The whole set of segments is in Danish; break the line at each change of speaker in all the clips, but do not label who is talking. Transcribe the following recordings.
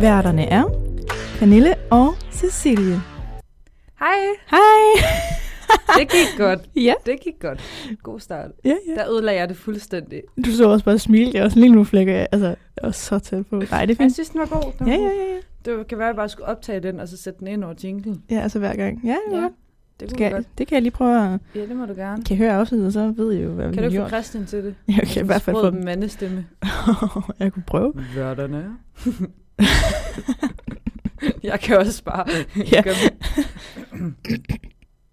Værterne er Pernille og Cecilie.
Hej,
Hej!
det gik godt.
Ja.
Det gik godt. God start.
Ja, ja.
Der ødelagde jeg det fuldstændig.
Du så også bare smilte, og også lige nu flækker jeg, altså, jeg var så tæt på. Nej, det er
Jeg
fint.
synes, den var god. Den var
Ja, ja,
god.
ja, ja.
Det kan være, at jeg bare skulle optage den, og så sætte den ind over jinglen.
Ja, altså hver gang. Ja, ja. ja.
det kunne
Skal,
vi godt.
det kan jeg lige prøve at...
Ja, det må du gerne.
Kan jeg høre afsnittet, så ved I jo, hvad vi
Kan du
har
ikke få
gjort.
Christian til det?
Jeg kan i hvert fald få
Sprød
dem.
mandestemme.
jeg kunne prøve.
Værterne. jeg kan også bare
Ja.
gøre mit.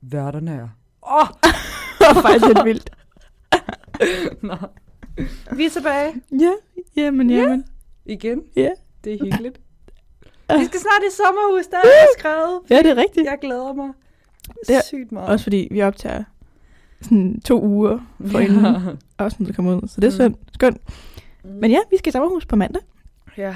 Værterne er. Åh!
det var faktisk lidt vildt.
Nå. Vi er tilbage.
Ja, jamen,
Ja.
jamen.
Igen.
Ja.
Det er hyggeligt. Vi skal snart i sommerhus, der er skrevet.
Ja, det er rigtigt.
Jeg glæder mig
Det
det
er
er sygt meget.
Også fordi vi optager sådan to uger for ja. inden afsnittet kommer ud. Så det er
Mm.
skønt. skønt. Men ja, vi skal i sommerhus på mandag.
ja,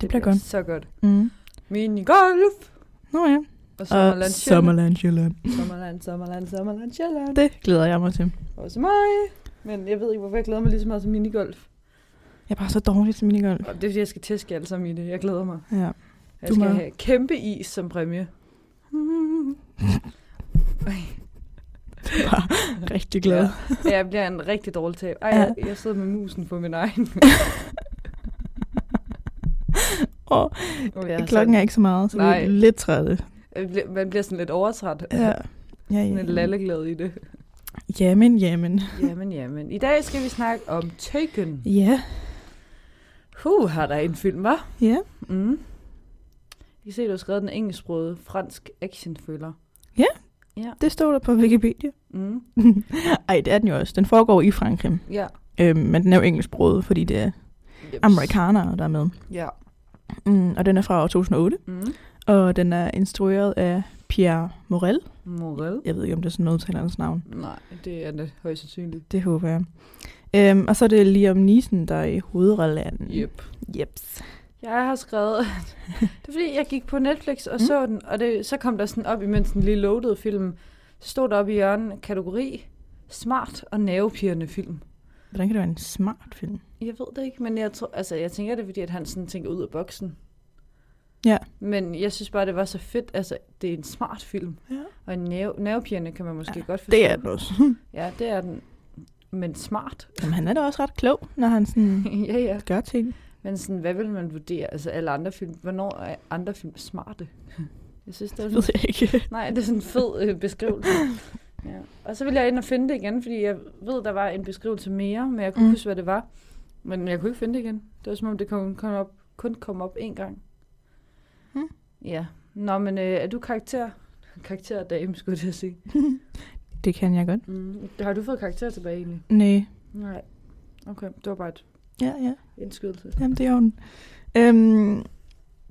Det bliver godt.
Så godt.
Mm.
Minigolf.
Nå ja.
Og Sommerland Sjælland.
Sommerland Sjælland.
Sommerland, Sommerland, Sommerland Sjælland.
Det glæder jeg mig til.
Også mig. Men jeg ved ikke, hvorfor jeg glæder mig lige så meget til minigolf.
Jeg er bare så dårlig til minigolf.
Og det er, fordi jeg skal tæske jer alle sammen i det. Jeg glæder mig.
Ja.
Jeg
Du
skal
må-
have kæmpe is som præmie.
Bare rigtig glad. Ja.
Ja, jeg bliver en rigtig dårlig tab. Ej,
Ja.
jeg, jeg sidder med musen på min egen.
Og
Og jeg
ja, klokken er ikke så meget, så Nej. vi
Nej.
er lidt trætte.
sådan, er... Man bliver sådan lidt overtræt.
Ja. Ja,
Sådan
ja.
en lalleglæde i det.
Jamen, jamen.
Jamen, jamen. I dag skal vi snakke om Taken.
Ja,
Huh, har der en film, var?
ja.
Mm. Jeg kan se, du har skrevet den engelsksprogede fransk action thriller.
Det står der på Wikipedia.
Mm.
Ej, det er den jo også. Den foregår i Frankrig.
Ja.
Øhm, men den er jo engelsksproget, fordi det er
Jeps.
amerikanere, der er med.
Ja.
Mm, og den er fra år 2008,
Mm.
og den er instrueret af Pierre Morel.
Morel?
Jeg ved ikke, om det er sådan noget til hans navn.
Nej, det er det højst sandsynligt.
Det håber jeg. Øhm, og så er det Liam Neeson, der er i hovedrollen.
Yep.
Jeps.
Jeg har skrevet... det er fordi, jeg gik på Netflix og mm. så den, og det, så kom der sådan op, imens den lige loadede filmen, så stod der oppe i hjørnet kategori smart og nervepirrende film.
Hvordan kan det være en smart film?
Jeg ved det ikke, men jeg, tror, altså, jeg tænker det, er fordi at han sådan tænker ud af boksen.
Ja.
Men jeg synes bare, det var så fedt. Altså, det er en smart film.
Ja.
Og en nerve, nervepirrende kan man måske ja, godt forstå.
Det er den også.
Ja, det er den. Men smart.
Jamen, han er da også ret klog, når han sådan
ja, ja.
gør ting.
Men sådan, hvad vil man vurdere? Altså alle andre film. Hvornår er andre film smarte? Jeg synes, det er
Det ved
sådan,
jeg ikke.
nej, det er sådan en fed øh, beskrivelse. Ja. Og så ville jeg ind og finde det igen, fordi jeg ved, der var en beskrivelse mere, men jeg kunne
Mm.
mm. huske, hvad det var. Men jeg kunne ikke finde det igen. Det var som om, det kun kom op, kun kom op én gang. Hm?
Mm.
Ja. Nå, men øh, er du karakter? Karakterdame, skulle jeg til at sige.
Det kan jeg godt.
Mm. Har du fået karakter tilbage egentlig?
Nej.
Nej. Okay, det var bare et
Ja, ja.
indskydelse.
Jamen, det er den. Øhm,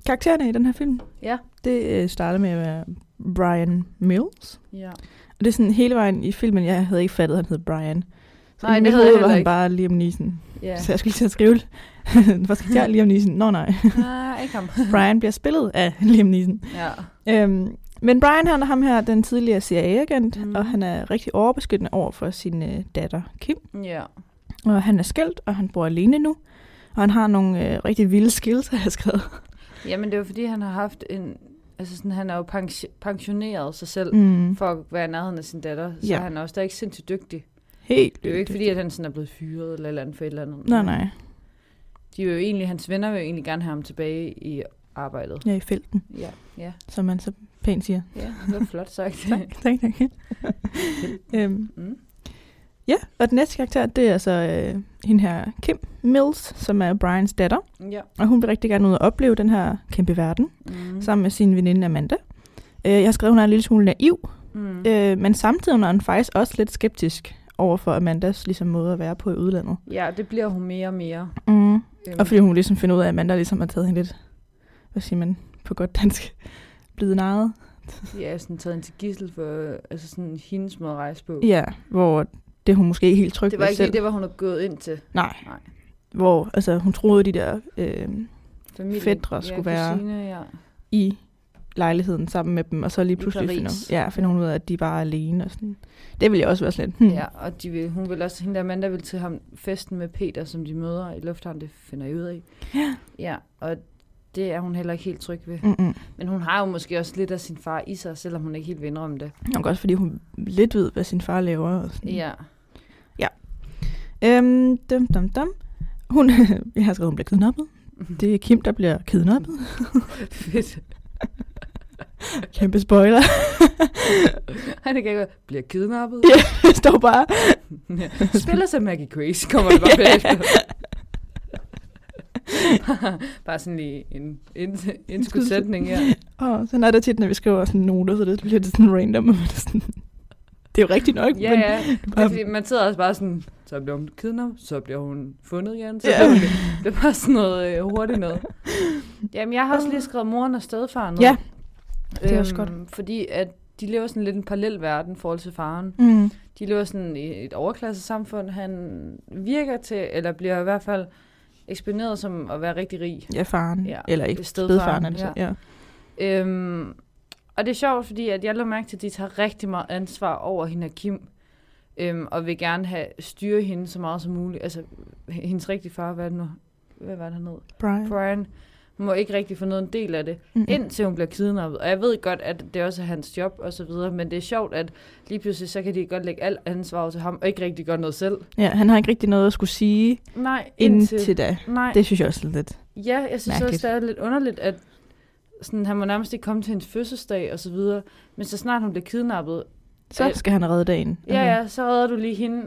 karaktererne i den her film,
Ja.
det øh, starter med at være Brian Mills.
Ja.
Og det er sådan hele vejen i filmen, jeg havde ikke fattet, at han hed Brian. Så
Nej,
i
det
mit
havde jeg
hoved
heller
var han
ikke.
bare Liam Neeson.
Ja.
Ja. Så jeg skulle lige til at skrive det. Hvor skal jeg Liam Neeson? Nå nej.
Nej, ikke ham.
Brian bliver spillet af Liam Neeson.
Ja.
Øhm, men Brian han er ham her, den tidligere CIA-agent, mm.
Mhm.
og han er rigtig overbeskyttende over for sin øh, datter Kim.
Ja.
Og han er skilt, og han bor alene nu. Og han har nogle øh, rigtig vilde skills, har jeg skrevet.
Jamen, det er jo fordi, han har haft en... Altså, sådan, han er jo pensi- pensioneret sig selv
Mm.
for at være i nærheden af sin datter. Så
Ja.
ja. han er også der ikke sindssygt dygtig.
Helt
Det er jo
vildt.
ikke fordi, at han sådan er blevet fyret eller et eller andet for et eller andet.
Nej, nej.
De er jo egentlig, hans venner vil jo egentlig gerne have ham tilbage i arbejdet.
Jeg er i felten,
Ja, ja,
som man så pænt siger.
ja. Det var flot sagt.
Tak, tak, tak. øhm,
mm.
ja, og den næste karakter, det er så øh, hende her Kim Mills, som er Brians datter.
Ja.
Og hun vil rigtig gerne ud og opleve den her kæmpe verden,
Mm.
sammen med sin veninde Amanda. Øh, jeg har skrevet, hun er en lille smule naiv,
Mm.
Øh, men samtidig er han faktisk også lidt skeptisk over for Amandas ligesom, måde at være på i udlandet.
Ja, det bliver hun mere og mere.
Mm.
Øhm,
Og fordi hun ligesom finder ud af, at Amanda ligesom har taget hende lidt, hvad siger man på godt dansk, blevet narret.
Ja, sådan taget hende til gissel for øh, altså sådan hendes måde at rejse på.
Ja, hvor det er hun måske ikke helt tryg
Det var
ved
ikke
selv.
lige det, hvor hun er gået ind til.
Nej.
Nej.
Hvor altså, hun troede, de der øh,
Familien.
Fætre skulle være-
Kusine, ja.
i lejligheden sammen med dem, og så lige
I
pludselig
Paris.
finder, ja, finder hun ud af, at de bare er alene. Og sådan. Det ville jeg også være sådan lidt, hmm,
Ja, og de vil, hun vil også, hende der Amanda vil til ham festen med Peter, som de møder i lufthavnen, det finder jeg ud af. Ja. ja og det er hun heller ikke helt tryg ved.
Mm-mm.
Men hun har jo måske også lidt af sin far i sig, selvom hun ikke helt vinder om det.
Nok også, fordi hun lidt ved, hvad sin far laver. Og sådan.
Ja.
Øhm, dum, dum, dum. Hun, jeg har skrevet, hun bliver kidnappet. Det er Kim, der bliver kidnappet.
Fedt.
Kæmpe spoiler.
Han kan ikke bliver kidnappet.
Det står bare.
Ja. Spiller sig Maggie Grace, kommer det bare bagefter. bare sådan lige en, en, en skudsætning, ja.
Og sådan er det tit, når vi skriver sådan noter, så det bliver det sådan random. og man er sådan, det er jo rigtigt nok,
Ja,
men
ja. Det er, fordi man sidder også bare sådan, så bliver hun kidnappet, så bliver hun fundet igen. Så
Ja.
bliver hun det. det er bare sådan noget øh, hurtigt noget. Jamen, jeg har også lige skrevet moren og stedfaren. ned. Øhm,
Ja, det er også godt.
Fordi at de lever sådan lidt en parallel verden i forhold til faren.
Mm.
De lever sådan i et overklassesamfund. Han virker til, eller bliver i hvert fald eksponeret som at være rigtig rig.
Ja, faren.
Ja,
Ja, Eller ikke,
stedfaren,
stedfaren. er det så. Ja.
Øhm, og det er sjovt, fordi at jeg lå mærke til, at de tager rigtig meget ansvar over hende og Kim, øhm, og vil gerne have styre hende så meget som muligt. Altså, hendes rigtige far, hvad er det nu? Hvad var det han hed?
Brian.
Brian må ikke rigtig få noget en del af det,
Mm-mm.
indtil hun bliver kidnappet. Og jeg ved godt, at det også er hans job og så videre, men det er sjovt, at lige pludselig så kan de godt lægge alt ansvar over til ham, og ikke rigtig gøre noget selv.
Ja, han har ikke rigtig noget at skulle sige
Nej, indtil...
indtil, indtil da.
Nej,
Det synes jeg også er lidt.
Ja, jeg synes
Mærkeligt.
også, det er lidt underligt, at sådan, han må nærmest ikke komme til hendes fødselsdag og så videre, men så snart hun bliver kidnappet,
Så
Øh,
skal han redde dagen. Altså,
ja ja, så redder du lige hende.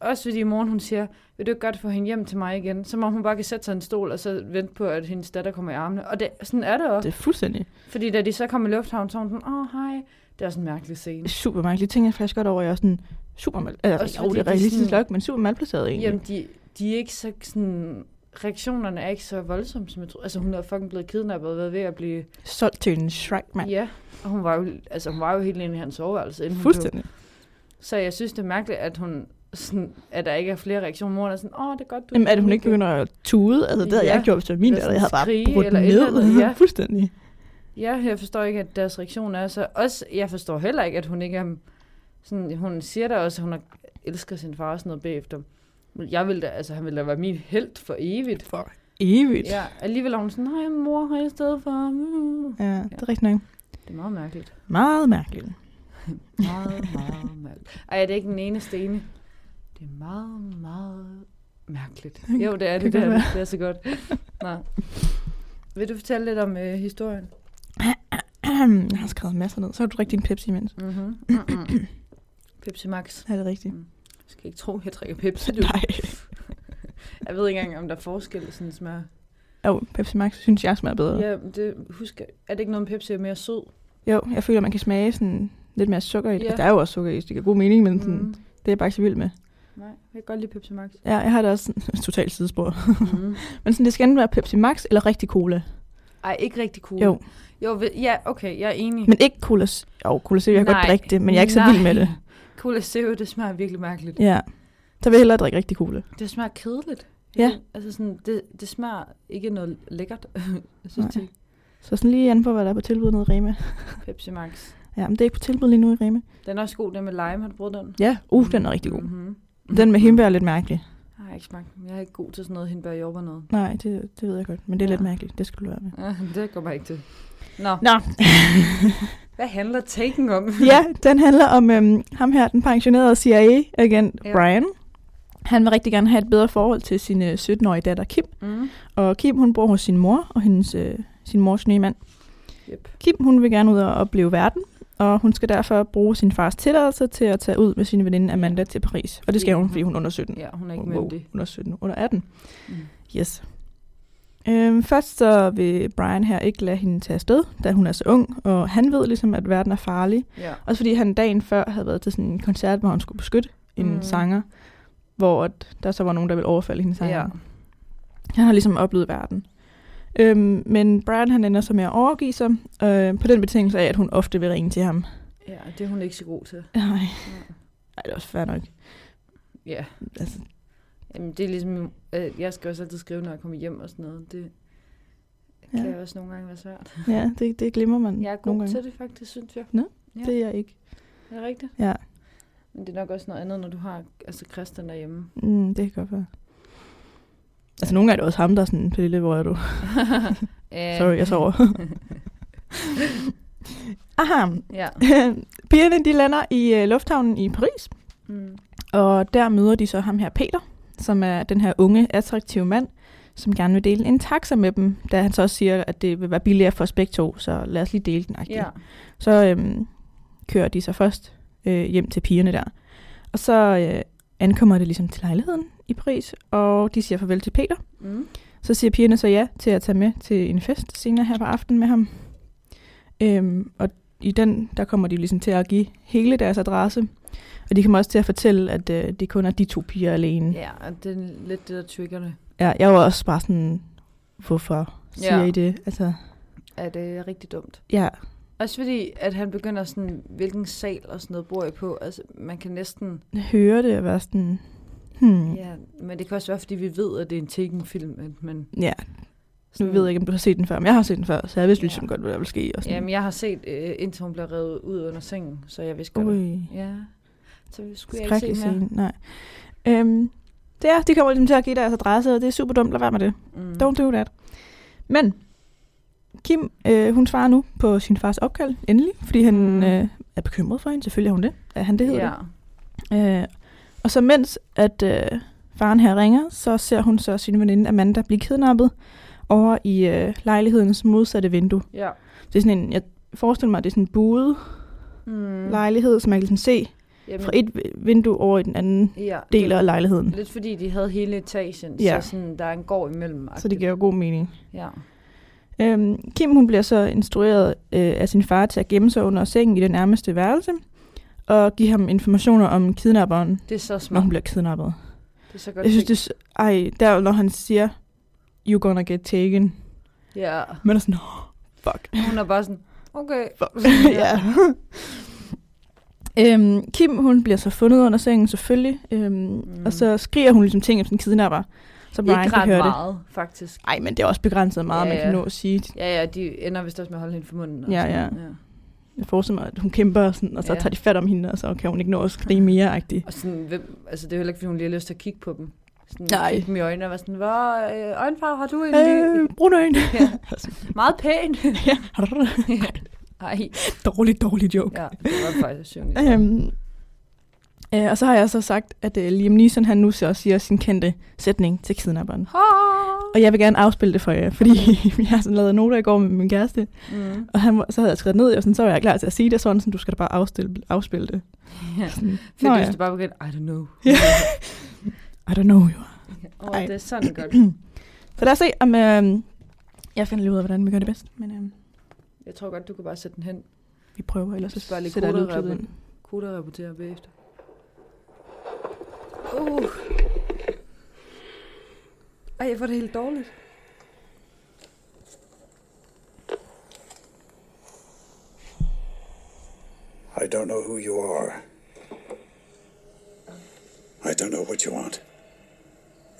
Også fordi i morgen hun siger, vil du ikke godt få hende hjem til mig igen? Så må hun bare kan sætte sig i en stol og så vente på, at hendes datter kommer i armene. Og det, sådan er det også.
Det er fuldstændig
Fordi da de så kom i lufthavnen, så var hun sådan, åh oh, hej. Det er også en mærkelig scene.
super mærkeligt. Det tænker jeg faktisk godt over, at jeg er sådan super mal...
Også
Altså, jo, det
fordi
er
de
realistisk
sådan-
nok, men super malplaceret egentlig.
Jamen, de, de er ikke så sådan... Reaktionerne er ikke så voldsomme, som jeg tror. Altså, hun er fucking blevet kidnappet og været ved at blive
Solgt til en Shrek, mand.
Ja, og hun var jo, altså, hun var jo helt inde i hans soveværelse. Inden hun
Fuldstændig.
Blev. Så jeg synes, det er mærkeligt, at, hun, sådan, at der ikke er flere reaktioner. Moren er sådan, åh, det er godt, du...
Jamen, er det, hun ikke begynder at tude? Altså, det havde
Ja.
jeg gjort, hvis det var min
Eller
datter. Jeg havde bare
sådan skrige
brudt
eller
den
et eller andet,
ned.
ja.
Fuldstændig.
Ja, jeg forstår ikke, at deres reaktion er så... Også, jeg forstår heller ikke, at hun ikke er... Sådan, hun siger da også, at hun er, elsker sin far og sådan noget bagefter. Men Jeg ville da, altså, han ville da være min held for evigt.
For evigt. Ja.
Ja, alligevel er hun sådan, nej, mor har jeg i stedet for. Mm.
ja, det er rigtigt nok.
Det er meget mærkeligt.
Meget mærkeligt.
Meget, meget mærkeligt. Ej, er det ikke den eneste ene? Det er meget, meget mærkeligt. Jo, det er det.
Kan
Det er,
godt
det. det er så godt. Nå. Vil du fortælle lidt om øh, historien?
jeg har skrevet masser ned. Så har du rigtig en Pepsi imens.
Mm-hmm. Mm-hmm. Pepsi Max.
Er det rigtigt?
Jeg skal ikke tro, jeg drikker Pepsi. Du.
Nej.
Jeg ved ikke engang, om der er forskel i sådan en smag.
Jo, Pepsi Max synes jeg smager bedre.
Ja, det, husk, er det ikke noget, om Pepsi er mere sød?
Jo, jeg føler, man kan smage sådan lidt mere sukker i det.
Ja.
Yeah. Der er jo også sukker i det, det giver god mening, men sådan,
Mm.
det er jeg bare ikke så vild med.
Nej, jeg kan godt lide Pepsi Max.
Ja, jeg har det også sådan, totalt sidespor.
Mm.
Men sådan, det skal enten være Pepsi Max eller rigtig cola.
Ej, ikke rigtig cool.
Jo,
jo ved- ja, okay, jeg er enig.
men ikke cola. s- Jo, cola Zero, jeg kan godt
Nej.
drikke det, men jeg er ikke så
Nej.
vild med det.
Cola Zero, det smager virkelig mærkeligt.
Ja, så vil jeg hellere drikke rigtig cola.
Det smager kedeligt.
Ja.
Altså sådan, det, det smager ikke noget lækkert, synes
Nej.
jeg.
Så sådan lige an på, hvad der er på tilbud nede i Rema.
Pepsi Max.
Ja, men det er ikke på tilbud lige nu i Rema.
Den er også god, den med lime. Har du brugt den?
Ja, uh, den er rigtig god.
Mm-hmm.
Den med hindbær er lidt mærkelig.
Jeg har ikke smagt den. Jeg er ikke god til sådan noget hindbær jordbær noget.
Nej, det, det ved jeg godt, men det er lidt
Ja.
mærkeligt. Det skulle du være med.
Ja, det kommer jeg ikke til. Nå,
Nå,
hvad handler Taken om?
ja, den handler om øhm, ham her, den pensionerede CIA-agent
Ja.
ja. Brian. Han vil rigtig gerne have et bedre forhold til sin øh, 17-årige datter Kim.
Mm.
Og Kim, hun bor hos sin mor og hendes, øh, sin mors nye mand.
Yep.
Kim, hun vil gerne ud og opleve verden, og hun skal derfor bruge sin fars tilladelse til at tage ud med sin veninde Amanda til Paris. Og det skal hun, fordi hun er under 17.
Ja, hun er ikke
Wow,
myndig.
under 17, under 18.
Mm.
Yes. Øhm, først så vil Brian her ikke lade hende tage afsted, da hun er så ung, og han ved ligesom, at verden er farlig.
Ja.
Også fordi han dagen før havde været til sådan en koncert, hvor hun skulle beskytte en
Mm.
mm. sanger, hvor at der så var nogen, der ville overfalde hendes sanger.
ja.
Han har ligesom oplevet verden. Øhm, men Brian han ender så med at overgive sig, øh, på den betingelse af, at hun ofte vil ringe til ham.
ja, det er hun ikke så god til.
Nej, Ej, det er også fair nok.
Ja.
Altså,
Jamen, det er ligesom, øh, jeg skal også altid skrive, når jeg kommer hjem og sådan noget. Det kan
ja,
ja. også nogle gange være svært.
ja det, det glemmer man
Jeg er
nogle
god
gange.
til det faktisk, synes jeg. ja.
Det er jeg ikke.
Er det rigtigt?
Ja,
Men det er nok også noget andet, når du har altså Christian derhjemme.
mm, det kan godt være. Altså, nogle gange er det også ham, der er sådan, Pernille, hvor er du?
Øh,
Sorry, jeg sover. Aha,
Ja.
pigerne de lander i øh, lufthavnen i Paris,
Mm.
og der møder de så ham her Peter, som er den her unge, attraktive mand, som gerne vil dele en taxa med dem, da han så også siger, at det vil være billigere for os begge to, så lad os lige dele den.
Ja.
Så øhm, kører de så først øh, hjem til pigerne der. Og så øh, ankommer det ligesom til lejligheden i Paris, og de siger farvel til Peter.
Mm.
Så siger pigerne så ja til at tage med til en fest senere her på aftenen med ham. Øhm, og i den, der kommer de ligesom til at give hele deres adresse. Og de kommer også til at fortælle, at øh, det kun er de to piger alene.
Ja, og det er lidt det, der trigger det.
Ja, jeg var også bare sådan, hvorfor siger
Ja.
I det? Altså,
At det er rigtig dumt.
ja,
Også fordi, at han begynder sådan, hvilken sal og sådan noget bor I på. Altså, man kan næsten...
høre det og være sådan, hmm,
Mm.
ja.
Ja, men det kan også være, fordi vi ved, at det er en tekken film, at man...
ja. Nu ved jeg ikke, om du har set den før, men jeg har set den før, så jeg vidste
Ja.
ligesom godt, hvad der ville ske. Og sådan.
Jamen, jeg har set, øh, indtil hun blev revet ud under sengen, så jeg vidste godt.
Ui.
Ja, så skulle jeg ikke
Skrækkelig
se mere.
scene, nej. Øhm, det er, de kommer ligesom til at give deres adresse, og det er super dumt, lad være med det.
Mm.
Don't do that. Men Kim, øh, hun svarer nu på sin fars opkald, endelig, fordi han
Mm.
øh, er bekymret for hende. Selvfølgelig er hun det. Er han det, hedder
ja.
det. Øh, og så mens at øh, faren her ringer, så ser hun så sin veninde Amanda blive kidnappet over i øh, lejlighedens modsatte vindue.
Ja.
Det er sådan en, jeg forestiller mig, at det er sådan en buet
Mm.
mm. lejlighed, som man kan ligesom se
Jamen,
fra et vi- vindue over i den anden
ja,
del
det-
af lejligheden.
Lidt fordi de havde hele etagen,
Ja.
ja. så sådan, der er en gård imellem.
Så det giver jo god mening.
Ja.
Øhm, Kim hun bliver så instrueret øh, af sin far til at gemme sig under sengen i det nærmeste værelse, og give ham informationer om kidnapperen,
Det er så
når
smart.
hun bliver kidnappet.
Det er så godt
Jeg synes, det
tænkt.
er s- ej, der når han siger, you gonna get taken.
Ja.
Man er sådan, oh, fuck,
Hun er bare sådan, okay.
fuck. ja. øhm, Kim hun bliver så fundet under sengen, selvfølgelig, øhm, mm.
Mm.
og så skriger hun ligesom ting om sin kidnapper, så Brian
Ikke
kan
ret
høre det.
meget, det. faktisk.
Nej, men det er også begrænset meget,
Ja,
man kan
ja.
nå at sige.
Ja, ja, de ender vist også med at holde hende for munden. og
Ja,
sådan. ja.
Jeg forestiller mig, at hun kæmper, og, sådan, og så ja.
Ja.
tager de fat om hende, og så kan hun ikke nå at skrige mere -agtig.
Og sådan, hvem, altså det er heller ikke, fordi hun lige har lyst til at kigge på dem. Sådan,
Nej.
Kigge dem i øjnene og være sådan, hvor øh, øjenfarve har du egentlig?
Øh, brun øjne.
Ja. Meget pæn. Ej,
dårlig, dårlig joke.
ja, det var faktisk sjovt.
Ja. Øhm, øh, og så har jeg så sagt, at øh, Liam Neeson, han nu så siger sin kendte sætning til kidnapperen. Og jeg vil gerne afspille det for jer, fordi jeg har sådan lavet noter i går med min kæreste,
Mm.
og han, var- så havde jeg skrevet ned, og sådan, så var jeg klar til at sige det sådan, sådan du skal da bare afstille, afspille det.
Ja.
Sådan,
Fedt,
Nå
hvis
ja.
du bare begyndte, I don't know.
I don't know you.
Åh, oh,
Ej.
det er sådan godt.
Så lad os se, om øh, jeg finder lige ud af, hvordan vi gør det bedst. Men øh,
Jeg tror godt, du kan bare sætte den hen.
vi prøver, ellers så
Hvis bare lige
sætter jeg
koder
lydklippet ind.
Koda og rapporterer bagefter. Uh. Ej, jeg får det helt dårligt.
I don't know who you are. I don't know what you want.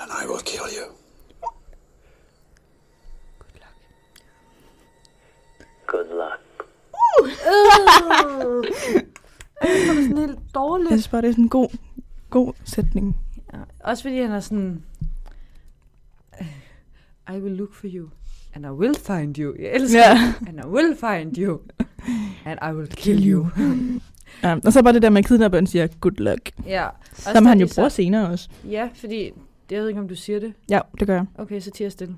And I will kill you.
Good luck.
Øh.
Det er sådan helt
Jeg
dårligt.
synes bare, det er sådan en god, god sætning.
Ja. Også fordi han er sådan... I will look for you. And I will find you. Jeg elsker
Ja.
det. And I will find you. And I will kill you.
Ja, og så bare det der med, at kidnapperen siger, good luck.
ja.
Som han jo
så-
bruger senere også.
Ja, fordi... Jeg ved ikke, om du siger det.
Ja, det gør jeg.
Okay, så tiger stille.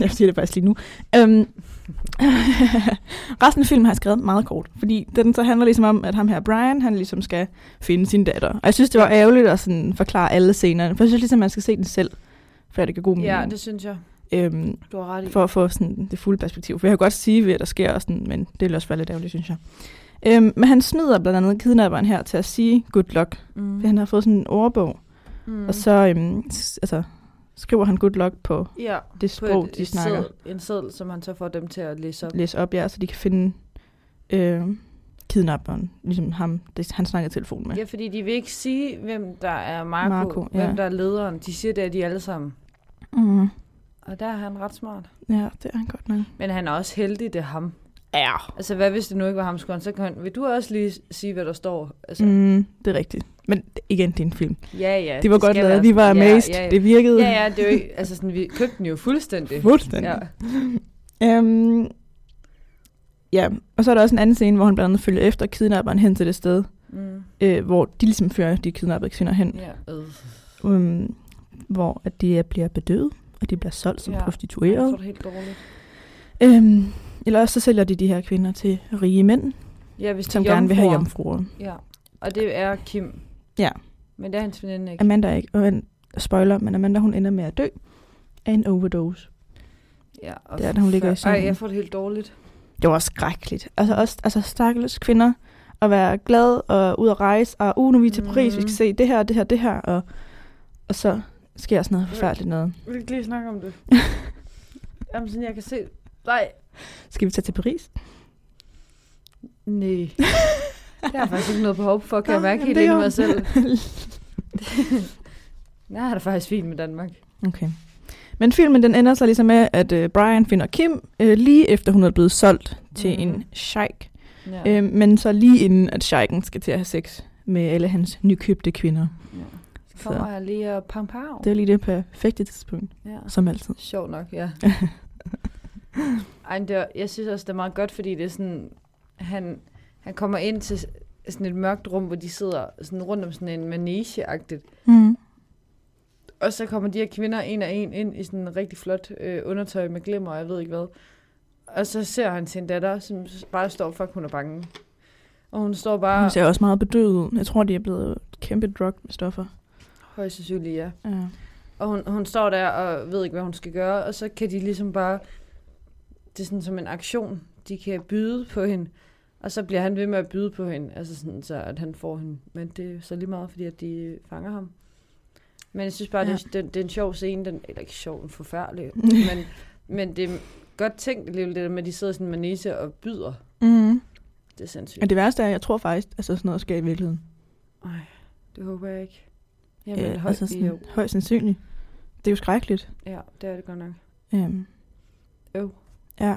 Jeg siger det faktisk lige nu. Øhm, resten af filmen har jeg skrevet meget kort, fordi den så handler ligesom om, at ham her Brian, han ligesom skal finde sin datter. Og jeg synes, det var ærgerligt at sådan forklare alle scenerne, for jeg synes ligesom, man skal se den selv, for det kan god mening.
Ja, det synes jeg,
øhm,
du har ret i.
for at få sådan det fulde perspektiv. For jeg kan godt sige, hvad der sker, og sådan, men det ville også være lidt ærgerligt, synes jeg. Øhm, men han snyder blandt andet kidnapperen her til at sige good luck,
Mm.
for han har fået sådan en ordbog.
Mm.
Og så, øhm, s- altså, skriver han good luck på
Ja,
det sprog,
på et,
de
et
snakker.
Seddel, en seddel, som han så får dem til at læse op.
læse op, ja, så de kan finde øh, kidnapperen, ligesom ham, det, han snakkede i telefon med.
Ja, fordi de vil ikke sige, hvem der er Marco,
Marco, ja.
hvem der er lederen. De siger, det er de alle sammen.
Mm.
Og der er han ret smart.
Ja, det er han godt nok.
Men han er også heldig, det er ham.
Ja.
Altså, hvad hvis det nu ikke var ham, skulle han så kunne han, Vil du også lige sige, hvad der står? Altså, mm.
Mm, det er rigtigt. Men d- igen, det er en film.
ja, ja.
det var godt
skal
lavet.
være
Vi var
sådan.
amazed.
Ja, ja, ja.
Det virkede.
ja, ja, det er jo ikke, altså sådan, vi købte den jo fuldstændig.
Fuldstændig.
Ja.
Ja. Um, ja, og så er der også en anden scene, hvor han blandt andet følger efter kidnapperen hen til det sted,
Mm.
øh, hvor de ligesom fører de kidnappede kvinder hen,
ja. Øh.
um, hvor at de øh, bliver bedøvet, og de bliver solgt som
Ja.
ja.
Jeg
prostituerede.
får det helt dårligt.
Um, eller også så sælger de de her kvinder til rige mænd,
Ja, hvis de
som
er
gerne vil have
jomfruer.
jomfruer.
Ja, og det er Kim.
Ja.
Men det er hans veninde ikke.
Amanda er ikke, og en spoiler, men Amanda hun ender med at dø af en overdose.
Ja, og
Det er, når hun ligger i
forfær- Ej,
sengen.
jeg får det helt dårligt.
Det var skrækkeligt. Altså også altså, stakkels kvinder at være glad og ud at rejse, og uh, nu er vi til Paris, vi
Mhm.
skal se det her, det her, det her, og, og så sker sådan noget forfærdeligt noget.
Vi vil ikke lige snakke om det. Jamen, sådan jeg kan se... Nej.
Skal vi tage til Paris?
Nej. Jeg har faktisk ikke noget behov for, kan jeg
Nå,
mærke
jamen,
helt
det er
inde i
jo-
mig selv. Nej, det er faktisk fint med Danmark.
Okay. Men filmen den ender så ligesom med, at øh, Brian finder Kim øh, lige efter hun er blevet solgt til
Mhm.
en sheik,
Ja.
øh, men så lige inden at sheiken skal til at have sex med alle hans nykøbte kvinder.
ja. Så kommer jeg lige og pam pam.
Det er lige det perfekte tidspunkt,
Ja.
som altid.
Sjovt nok, ja. Ej, men det er, jeg synes også, det er meget godt, fordi det er sådan, han, han kommer ind til s- sådan et mørkt rum, hvor de sidder sådan rundt om sådan en manege-agtigt.
Mm.
Og så kommer de her kvinder en og en ind i sådan en rigtig flot øh, undertøj med glimmer, og jeg ved ikke hvad. Og så ser han sin datter, som s- bare står, fuck, hun er bange. Og hun står bare,
Hun ser også meget bedøvet ud. Jeg tror, de er blevet kæmpe drug med stoffer.
højst sandsynligt, ja.
Ja.
Og hun, hun står der og ved ikke, hvad hun skal gøre, og så kan de ligesom bare, det er sådan som en aktion, de kan byde på hende, og så bliver han ved med at byde på hende, altså sådan, så at han får hende. Men det er så lige meget, fordi at de fanger ham. Men jeg synes bare, ja. det, er- det, det er en sjov scene, den, eller ikke sjov, en forfærdelig, men, men det er godt tænkt alligevel, det der med, at de sidder i sådan en manese og byder.
Mm.
Det er sindssygt.
Og det værste er, jeg tror faktisk, at altså sådan noget sker i virkeligheden.
Ej, det håber jeg ikke.
Ja,
Jamen, øh,
altså sådan, højst sandsynligt. Det er jo skrækkeligt. Øhm,
ja, det er det godt nok.
Ja.
Øv.
Ja.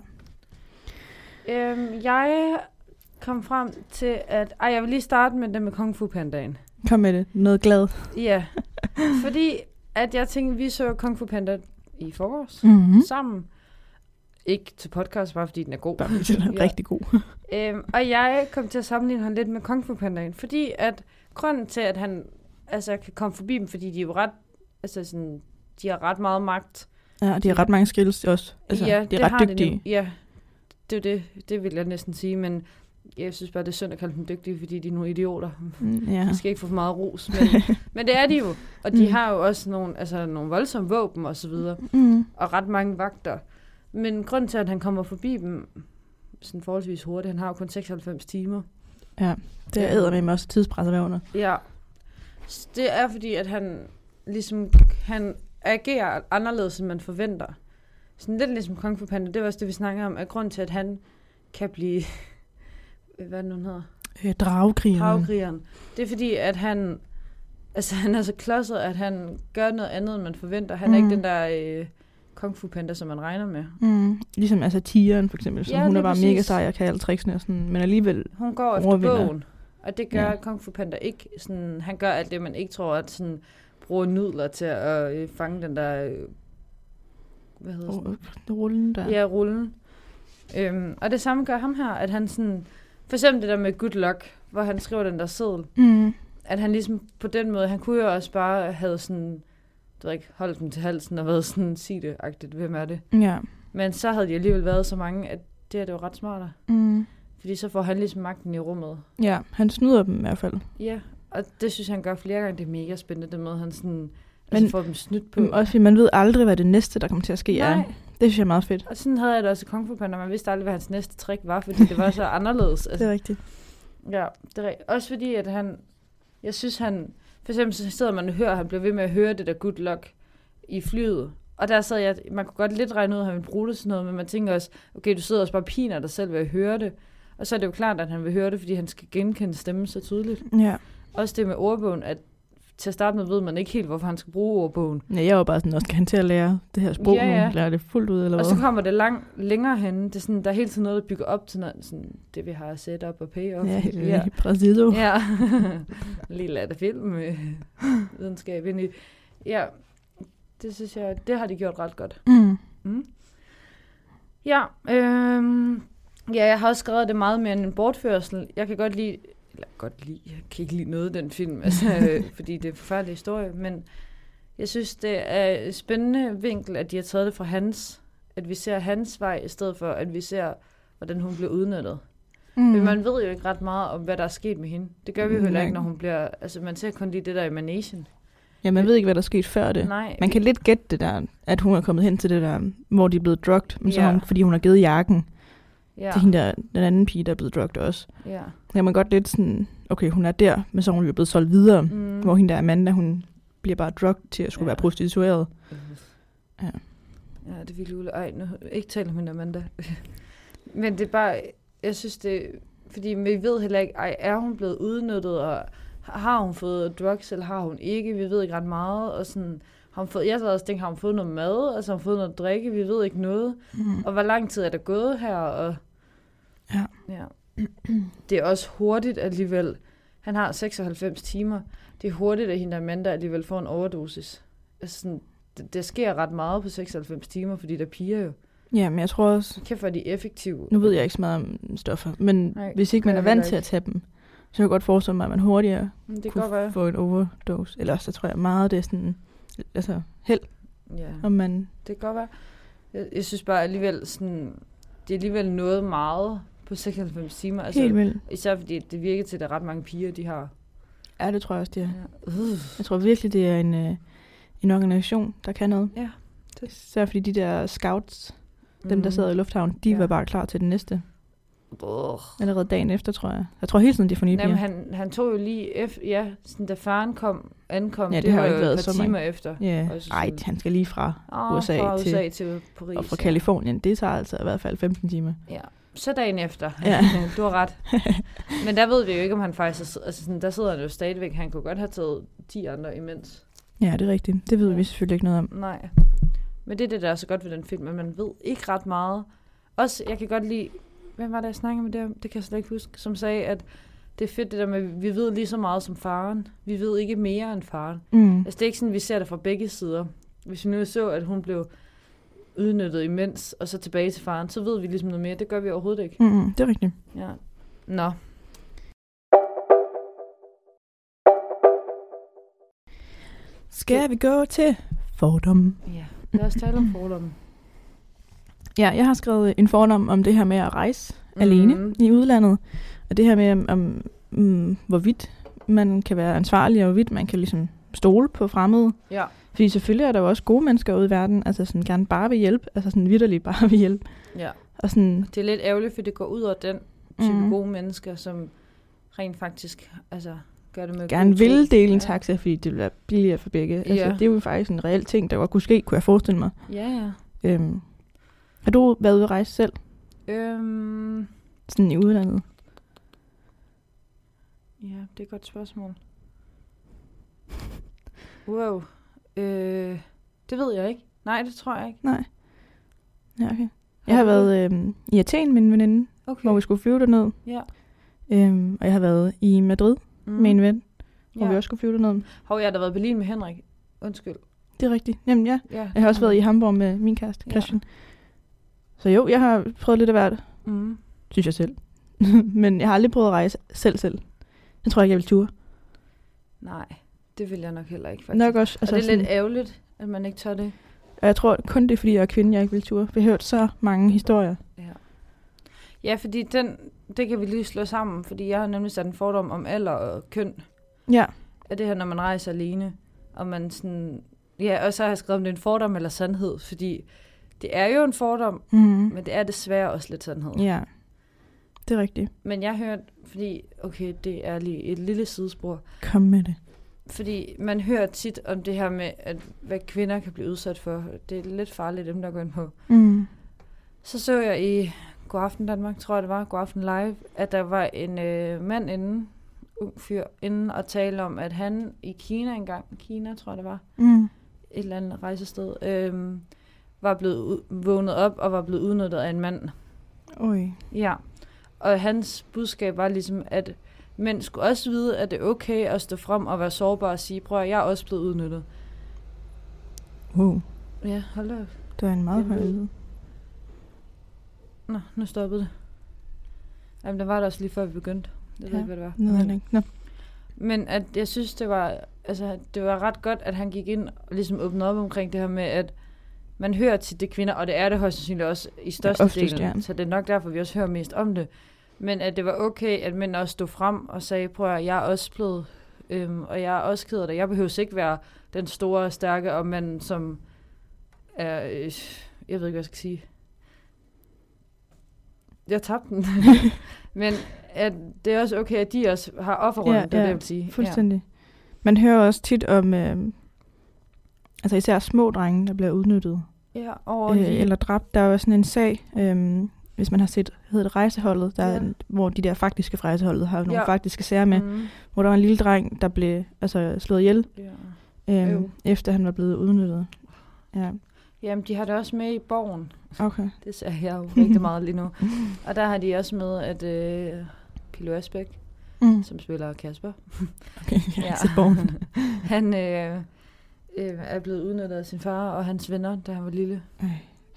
Øhm, jeg kom frem til, at... Ej, jeg vil lige starte med den med Kung Fu Pandaen.
Kom med det. Noget glad.
Ja, fordi at jeg tænkte, vi så Kung Fu Panda i forgårs
Mm-hmm.
sammen. Ikke til podcast, bare fordi den er god.
Bare fordi den er
Ja.
rigtig god.
Øhm, og jeg kom til at sammenligne ham lidt med Kung Fu Pandaen, fordi at grunden til, at han altså, kan komme forbi dem, fordi de er jo ret... Altså sådan, de har ret meget magt,
Ja, og de har ret mange skills også. Altså, de er ret
har
dygtige.
Det nu. ja, det er jo det, det vil jeg næsten sige, men jeg synes bare, det er synd at kalde dem dygtige, fordi de er nogle idioter.
Mm, ja.
Ja. De skal ikke få for meget ros, men, men det er de jo. Og de mm.
Mm.
har jo også nogle, altså, nogle voldsomme våben og så videre,
Mm.
og ret mange vagter. Men grunden til, at han kommer forbi dem sådan forholdsvis hurtigt, han har jo kun 96 timer.
Det er æder med også tidspres at være under.
Ja. Så det er fordi, at han ligesom, han agerer anderledes, end man forventer. Sådan lidt ligesom Kung Fu Panda, det var også det, vi snakkede om, at grund til, at han kan blive, hvad er det nu, han hedder?
Øh, dragekrigen.
Dragkrigeren. Det er fordi, at han, altså han er så klodset, at han gør noget andet, end man forventer. Han er
Mm.
ikke den der øh, Kung Fu Panda, som man regner med.
Mm. Ligesom altså tigeren for eksempel. Som
Ja,
ja, hun
lige
er bare
præcis.
mega sej og kan alle tricksene og sådan. Men alligevel
Hun går efter
Overvinder.
bogen, og det gør
Ja.
ja. Kung Fu Panda ikke. Sådan, han gør alt det, man ikke tror, at sådan, bruger nudler til at øh, fange den der... Øh, hvad hedder sådan?
oh, rullen der.
Ja, rullen. Øhm, og det samme gør ham her, at han sådan... For eksempel det der med good luck, hvor han skriver den der seddel.
Mm.
At han ligesom på den måde, han kunne jo også bare have sådan... Du ved ikke, holdt den til halsen og været sådan, sig det-agtigt, hvem er det?
Ja.
Men så havde de alligevel været så mange, at det her, det var ret smartere.
Mm.
Fordi så får han ligesom magten i rummet.
Ja, han snyder dem i hvert fald.
Ja, og det synes jeg, han gør flere gange. Det er mega spændende, det med, han sådan,
Men-
altså, får dem snydt på.
Mm, Også fordi man ved aldrig, hvad det næste, der kommer til at ske, er.
Nej,
Det synes jeg er meget fedt.
og sådan havde jeg det også i Kung Fu Panda. Man vidste aldrig, hvad hans næste trick var, fordi det var så anderledes. Altså,
er rigtigt.
ja, det er rigtigt. Også fordi, at han... Jeg synes, han... For eksempel så sidder man og hører, han bliver ved med at høre det der good luck. i flyet. Og der sad jeg, man kunne godt lidt regne ud, at han ville bruge det sådan noget, men man tænker også, okay, du sidder også bare og piner dig selv ved at høre det. Og så er det jo klart, at han vil høre det, fordi han skal genkende stemmen så tydeligt.
Ja.
Også det med ordbogen, at til at starte med ved man ikke helt, hvorfor han skal bruge ordbogen.
ja. jeg var bare sådan, også skal han til at lære det her sprog
Ja,
ja, ja.
ja.
nu? Lære det fuldt ud, eller
Og så
hvad?
kommer det lang, længere hen. Det er sådan, der er hele tiden noget, der bygger op til noget, sådan, det, vi har set op og payoff.
Ja, helt Uh.
ja.
ja. præcis. Ja.
ja. Lille af det film, øh, videnskab ind i. Ja, det synes jeg, det har de gjort ret godt.
Mm.
Mm. Ja, øhm, ja, jeg har også skrevet at det er meget mere end en bortførsel. Jeg kan godt lide, eller godt lide, jeg kan ikke lide noget af den film, altså, øh, fordi det er en forfærdelig historie, men jeg synes, det er en spændende vinkel, at de har taget det fra hans, at vi ser hans vej, i stedet for, at vi ser, hvordan hun bliver udnyttet. Mm. Men man ved jo ikke ret meget om, hvad der er sket med hende. Det gør vi jo heller
Nej.
ikke, når hun bliver... Altså, man ser kun lige det der i Manation.
Ja, man ved ikke, hvad der er sket før det.
Nej,
Man kan lidt gætte det der, at hun er kommet hen til det der, hvor de er blevet drugt, men så
Ja.
har hun, fordi hun har givet jakken ja.
ja,
til hende der, den anden pige, der er blevet drugt også.
ja.
Så kan man godt lidt sådan, okay, hun er der, men så er hun jo blevet solgt videre, mm.
Mm.
hvor hende der Amanda, hun bliver bare drugt til at skulle ja.
Ja.
være prostitueret. Ja.
Ja, det er virkelig ulle. Ej, nu, ikke tale om hende Amanda. Men det er bare, jeg synes det, fordi vi ved heller ikke, ej, er hun blevet udnyttet, og har hun fået drugs, eller har hun ikke? Vi ved ikke ret meget, og sådan, har hun fået, jeg sad også tænkt, har hun fået noget mad, altså har hun fået noget at drikke, vi ved ikke noget.
Mm.
Og hvor lang tid er der gået her? Og...
Ja.
ja. Det er også hurtigt alligevel. Han har 96 timer. Det er hurtigt, at hende og Amanda alligevel får en overdosis. Altså sådan, det, der sker ret meget på 96 timer, fordi der er piger jo.
Ja, men jeg tror også,
Kæft, hvor er de effektive.
nu ved jeg ikke så meget om stoffer, men
Nej,
Nej, hvis ikke man
det
er
gør jeg
vant
heller
til at tage dem, så kan jeg godt forestille mig, at man hurtigere
Men Det kan godt
kunne
være.
få en overdose. Eller også, så tror jeg meget, det er sådan, altså held,
Ja,
om man...
det kan godt være. Jeg, jeg synes bare alligevel sådan, det er alligevel noget meget på 96 timer.
Altså, helt
Altså,
vildt.
især fordi det virker til, at der er ret mange piger, de har.
Ja, det tror jeg også, det er.
Ja. Øh,
Jeg tror virkelig, det er en, øh, en organisation, der kan noget.
Ja, det-
Det. Især fordi de der scouts, dem der
mm.
sad i lufthavnen, de
Ja.
ja. var bare klar til det næste.
Brr.
Allerede dagen efter, tror jeg. Jeg tror hele tiden, de får nye piger.
Jamen, han, han tog jo lige, ef- ja, sådan, da faren kom, ankom,
Ja,
det,
det
det
har
var
jo
jo
ikke
et
været
par
så mange.
timer efter.
Ja,
også
ej,
sådan-
han skal lige fra
Åh,
USA
fra
til-
USA til, til Paris.
og fra
ja.
Kalifornien. Det tager altså i hvert fald 15 timer.
Ja. Så dagen efter. Ja.
Ja.
du har ret. Men der ved vi jo ikke, om han faktisk... er- Altså, sådan, der sidder han jo stadigvæk. Han kunne godt have taget 10 andre imens.
Ja, det er rigtigt. Det ved vi selvfølgelig ikke noget om.
Nej. Men det er det, der er så godt ved den film, at man ved ikke ret meget. Også, jeg kan godt lide... Hvem var det, jeg snakkede med der? Det kan jeg slet ikke huske. Som sagde, at det er fedt det der med, at vi ved lige så meget som faren. Vi ved ikke mere end faren.
Mm.
Altså, det er ikke sådan, vi ser det fra begge sider. Hvis vi nu så, at hun blev udnyttet imens, og så tilbage til faren, så ved vi ligesom noget mere. Det gør vi overhovedet ikke.
Mm, det er rigtigt.
Ja. Nå.
Skal vi gå til fordomme?
Ja. Lad os tale om fordomme.
Ja, jeg har skrevet en fordom om det her med at rejse mm.
Mm-hmm.
alene i udlandet. Og det her med, om, om mm, hvorvidt man kan være ansvarlig, og hvorvidt man kan ligesom stole på fremmede.
Ja.
Fordi selvfølgelig er der jo også gode mennesker ude i verden, altså sådan gerne bare vil hjælpe, altså sådan vidderligt bare vil hjælpe.
ja.
Og sådan,
Det er lidt ærgerligt, for det går ud over den type mm.
Mhm.
gode mennesker, som rent faktisk altså, gør det med
gerne
god
vil
tro.
dele en
Ja.
taxa, fordi det vil være billigere for begge. Altså,
Ja.
Det er jo faktisk en reel ting, der godt kunne ske, kunne jeg forestille mig.
Ja, ja.
Øhm, har du været ude at rejse selv,
Øhm,
sådan i udlandet?
ja, det er et godt spørgsmål. Wow. Øh, det ved jeg ikke. Nej, det tror jeg ikke.
Nej. Ja, okay.
Har
Jeg har
du det?
været øhm, i Athen med en veninde, okay.
Okay.
hvor vi skulle flyve derned.
Ja.
Øhm, og jeg har været i Madrid mm.
Mm.
med en ven, hvor
ja.
ja. vi også skulle flyve derned.
Hov, jeg har da været i Berlin med Henrik. Undskyld.
Det er rigtigt. Jamen ja,
Ja,
jeg har også været i Hamburg med min kæreste,
Ja.
Christian. Så jo, jeg har prøvet lidt af hvert.
Mm.
Synes jeg selv. Men jeg har aldrig prøvet at rejse selv selv. Jeg tror ikke, jeg vil ture.
Nej, det vil jeg nok heller ikke, faktisk.
Faktisk. Nok også.
Altså,
Altså,
og det er lidt
sådan,
ærgerligt, at man ikke tør det.
og jeg tror kun det er, fordi jeg er kvinde, jeg ikke vil ture. Vi har hørt så mange historier.
Ja, fordi den, det kan vi lige slå sammen, fordi jeg har nemlig sat en fordom om alder og køn.
Ja.
Af det her, når man rejser alene, og man sådan... Ja, og så har jeg skrevet, om det er en fordom eller sandhed, fordi det er jo en fordom,
Mm.
men det er desværre også lidt sandhed.
Ja. Det er rigtigt.
Men jeg hørte, fordi, okay, det er lige et lille sidespor,
Kom med det.
Fordi man hører tit om det her med, at hvad kvinder kan blive udsat for. Det er lidt farligt, dem der går ind på.
Mm.
Så så jeg i God Aften Danmark, tror jeg det var, God Aften Live, at der var en øh, mand inde, ung fyr, inde og tale om, at han i Kina engang, Kina tror jeg det var,
Mm.
et eller andet rejsested, øh, var blevet u- vågnet op og var blevet udnyttet af en mand.
Oj.
Ja, og hans budskab var ligesom, at mænd skulle også vide, at det er okay at stå frem og være sårbar og sige, prøv at jeg er også blevet udnyttet.
Wow.
Ja, hold da op.
Det var en meget høj
Jamen.
lyd.
Nå, nu stoppede det. Jamen, der var det også lige før vi begyndte. Det ja.
Ja,
ved jeg ikke, hvad det var.
Noget
Men-
mm. Nå.
Men at jeg synes, det var, altså, det var ret godt, at han gik ind og ligesom åbnede op omkring det her med, at man hører til det er kvinder, og det er det højst sandsynligt også i størstedelen,
oftest,
ja,
ja.
så det er nok derfor, vi også hører mest om det. Men at det var okay, at mænd også stod frem og sagde, prøv at høre, jeg er også blevet, øhm, og jeg er også ked af det. Jeg behøver ikke være den store og stærke, og mand, som er, øh, jeg ved ikke, hvad jeg skal sige. Jeg tabte den. Men at det er også okay, at de også har offerrollen,
Ja,
ja, det er
ja,
det, jeg vil sige.
Fuldstændig. Ja. Man hører også tit om, øh, altså især små drenge, der bliver udnyttet
Ja, ja over
øh,
øh,
eller dræbt. Der er jo sådan en sag, øh, hvis man har set, hedder det rejseholdet, der,
Ja.
ja. hvor de der faktiske fra rejseholdet har jo nogle
Ja.
ja. faktiske sager med, mm.
Mm,
hvor der var en lille dreng, der blev altså, slået ihjel,
ja.
øh,
Øv.
efter han var blevet udnyttet. Ja,
Jamen, de har det også med i borgen.
okay.
Det ser jeg jo rigtig meget lige nu. Og der har de også med, at øh, Pilo Asbæk,
Mm.
som spiller Kasper,
Okay, ja,
Ja.
ja. så borgen.
han øh, øh, er blevet udnyttet af sin far og hans venner, da han var lille.
Ej.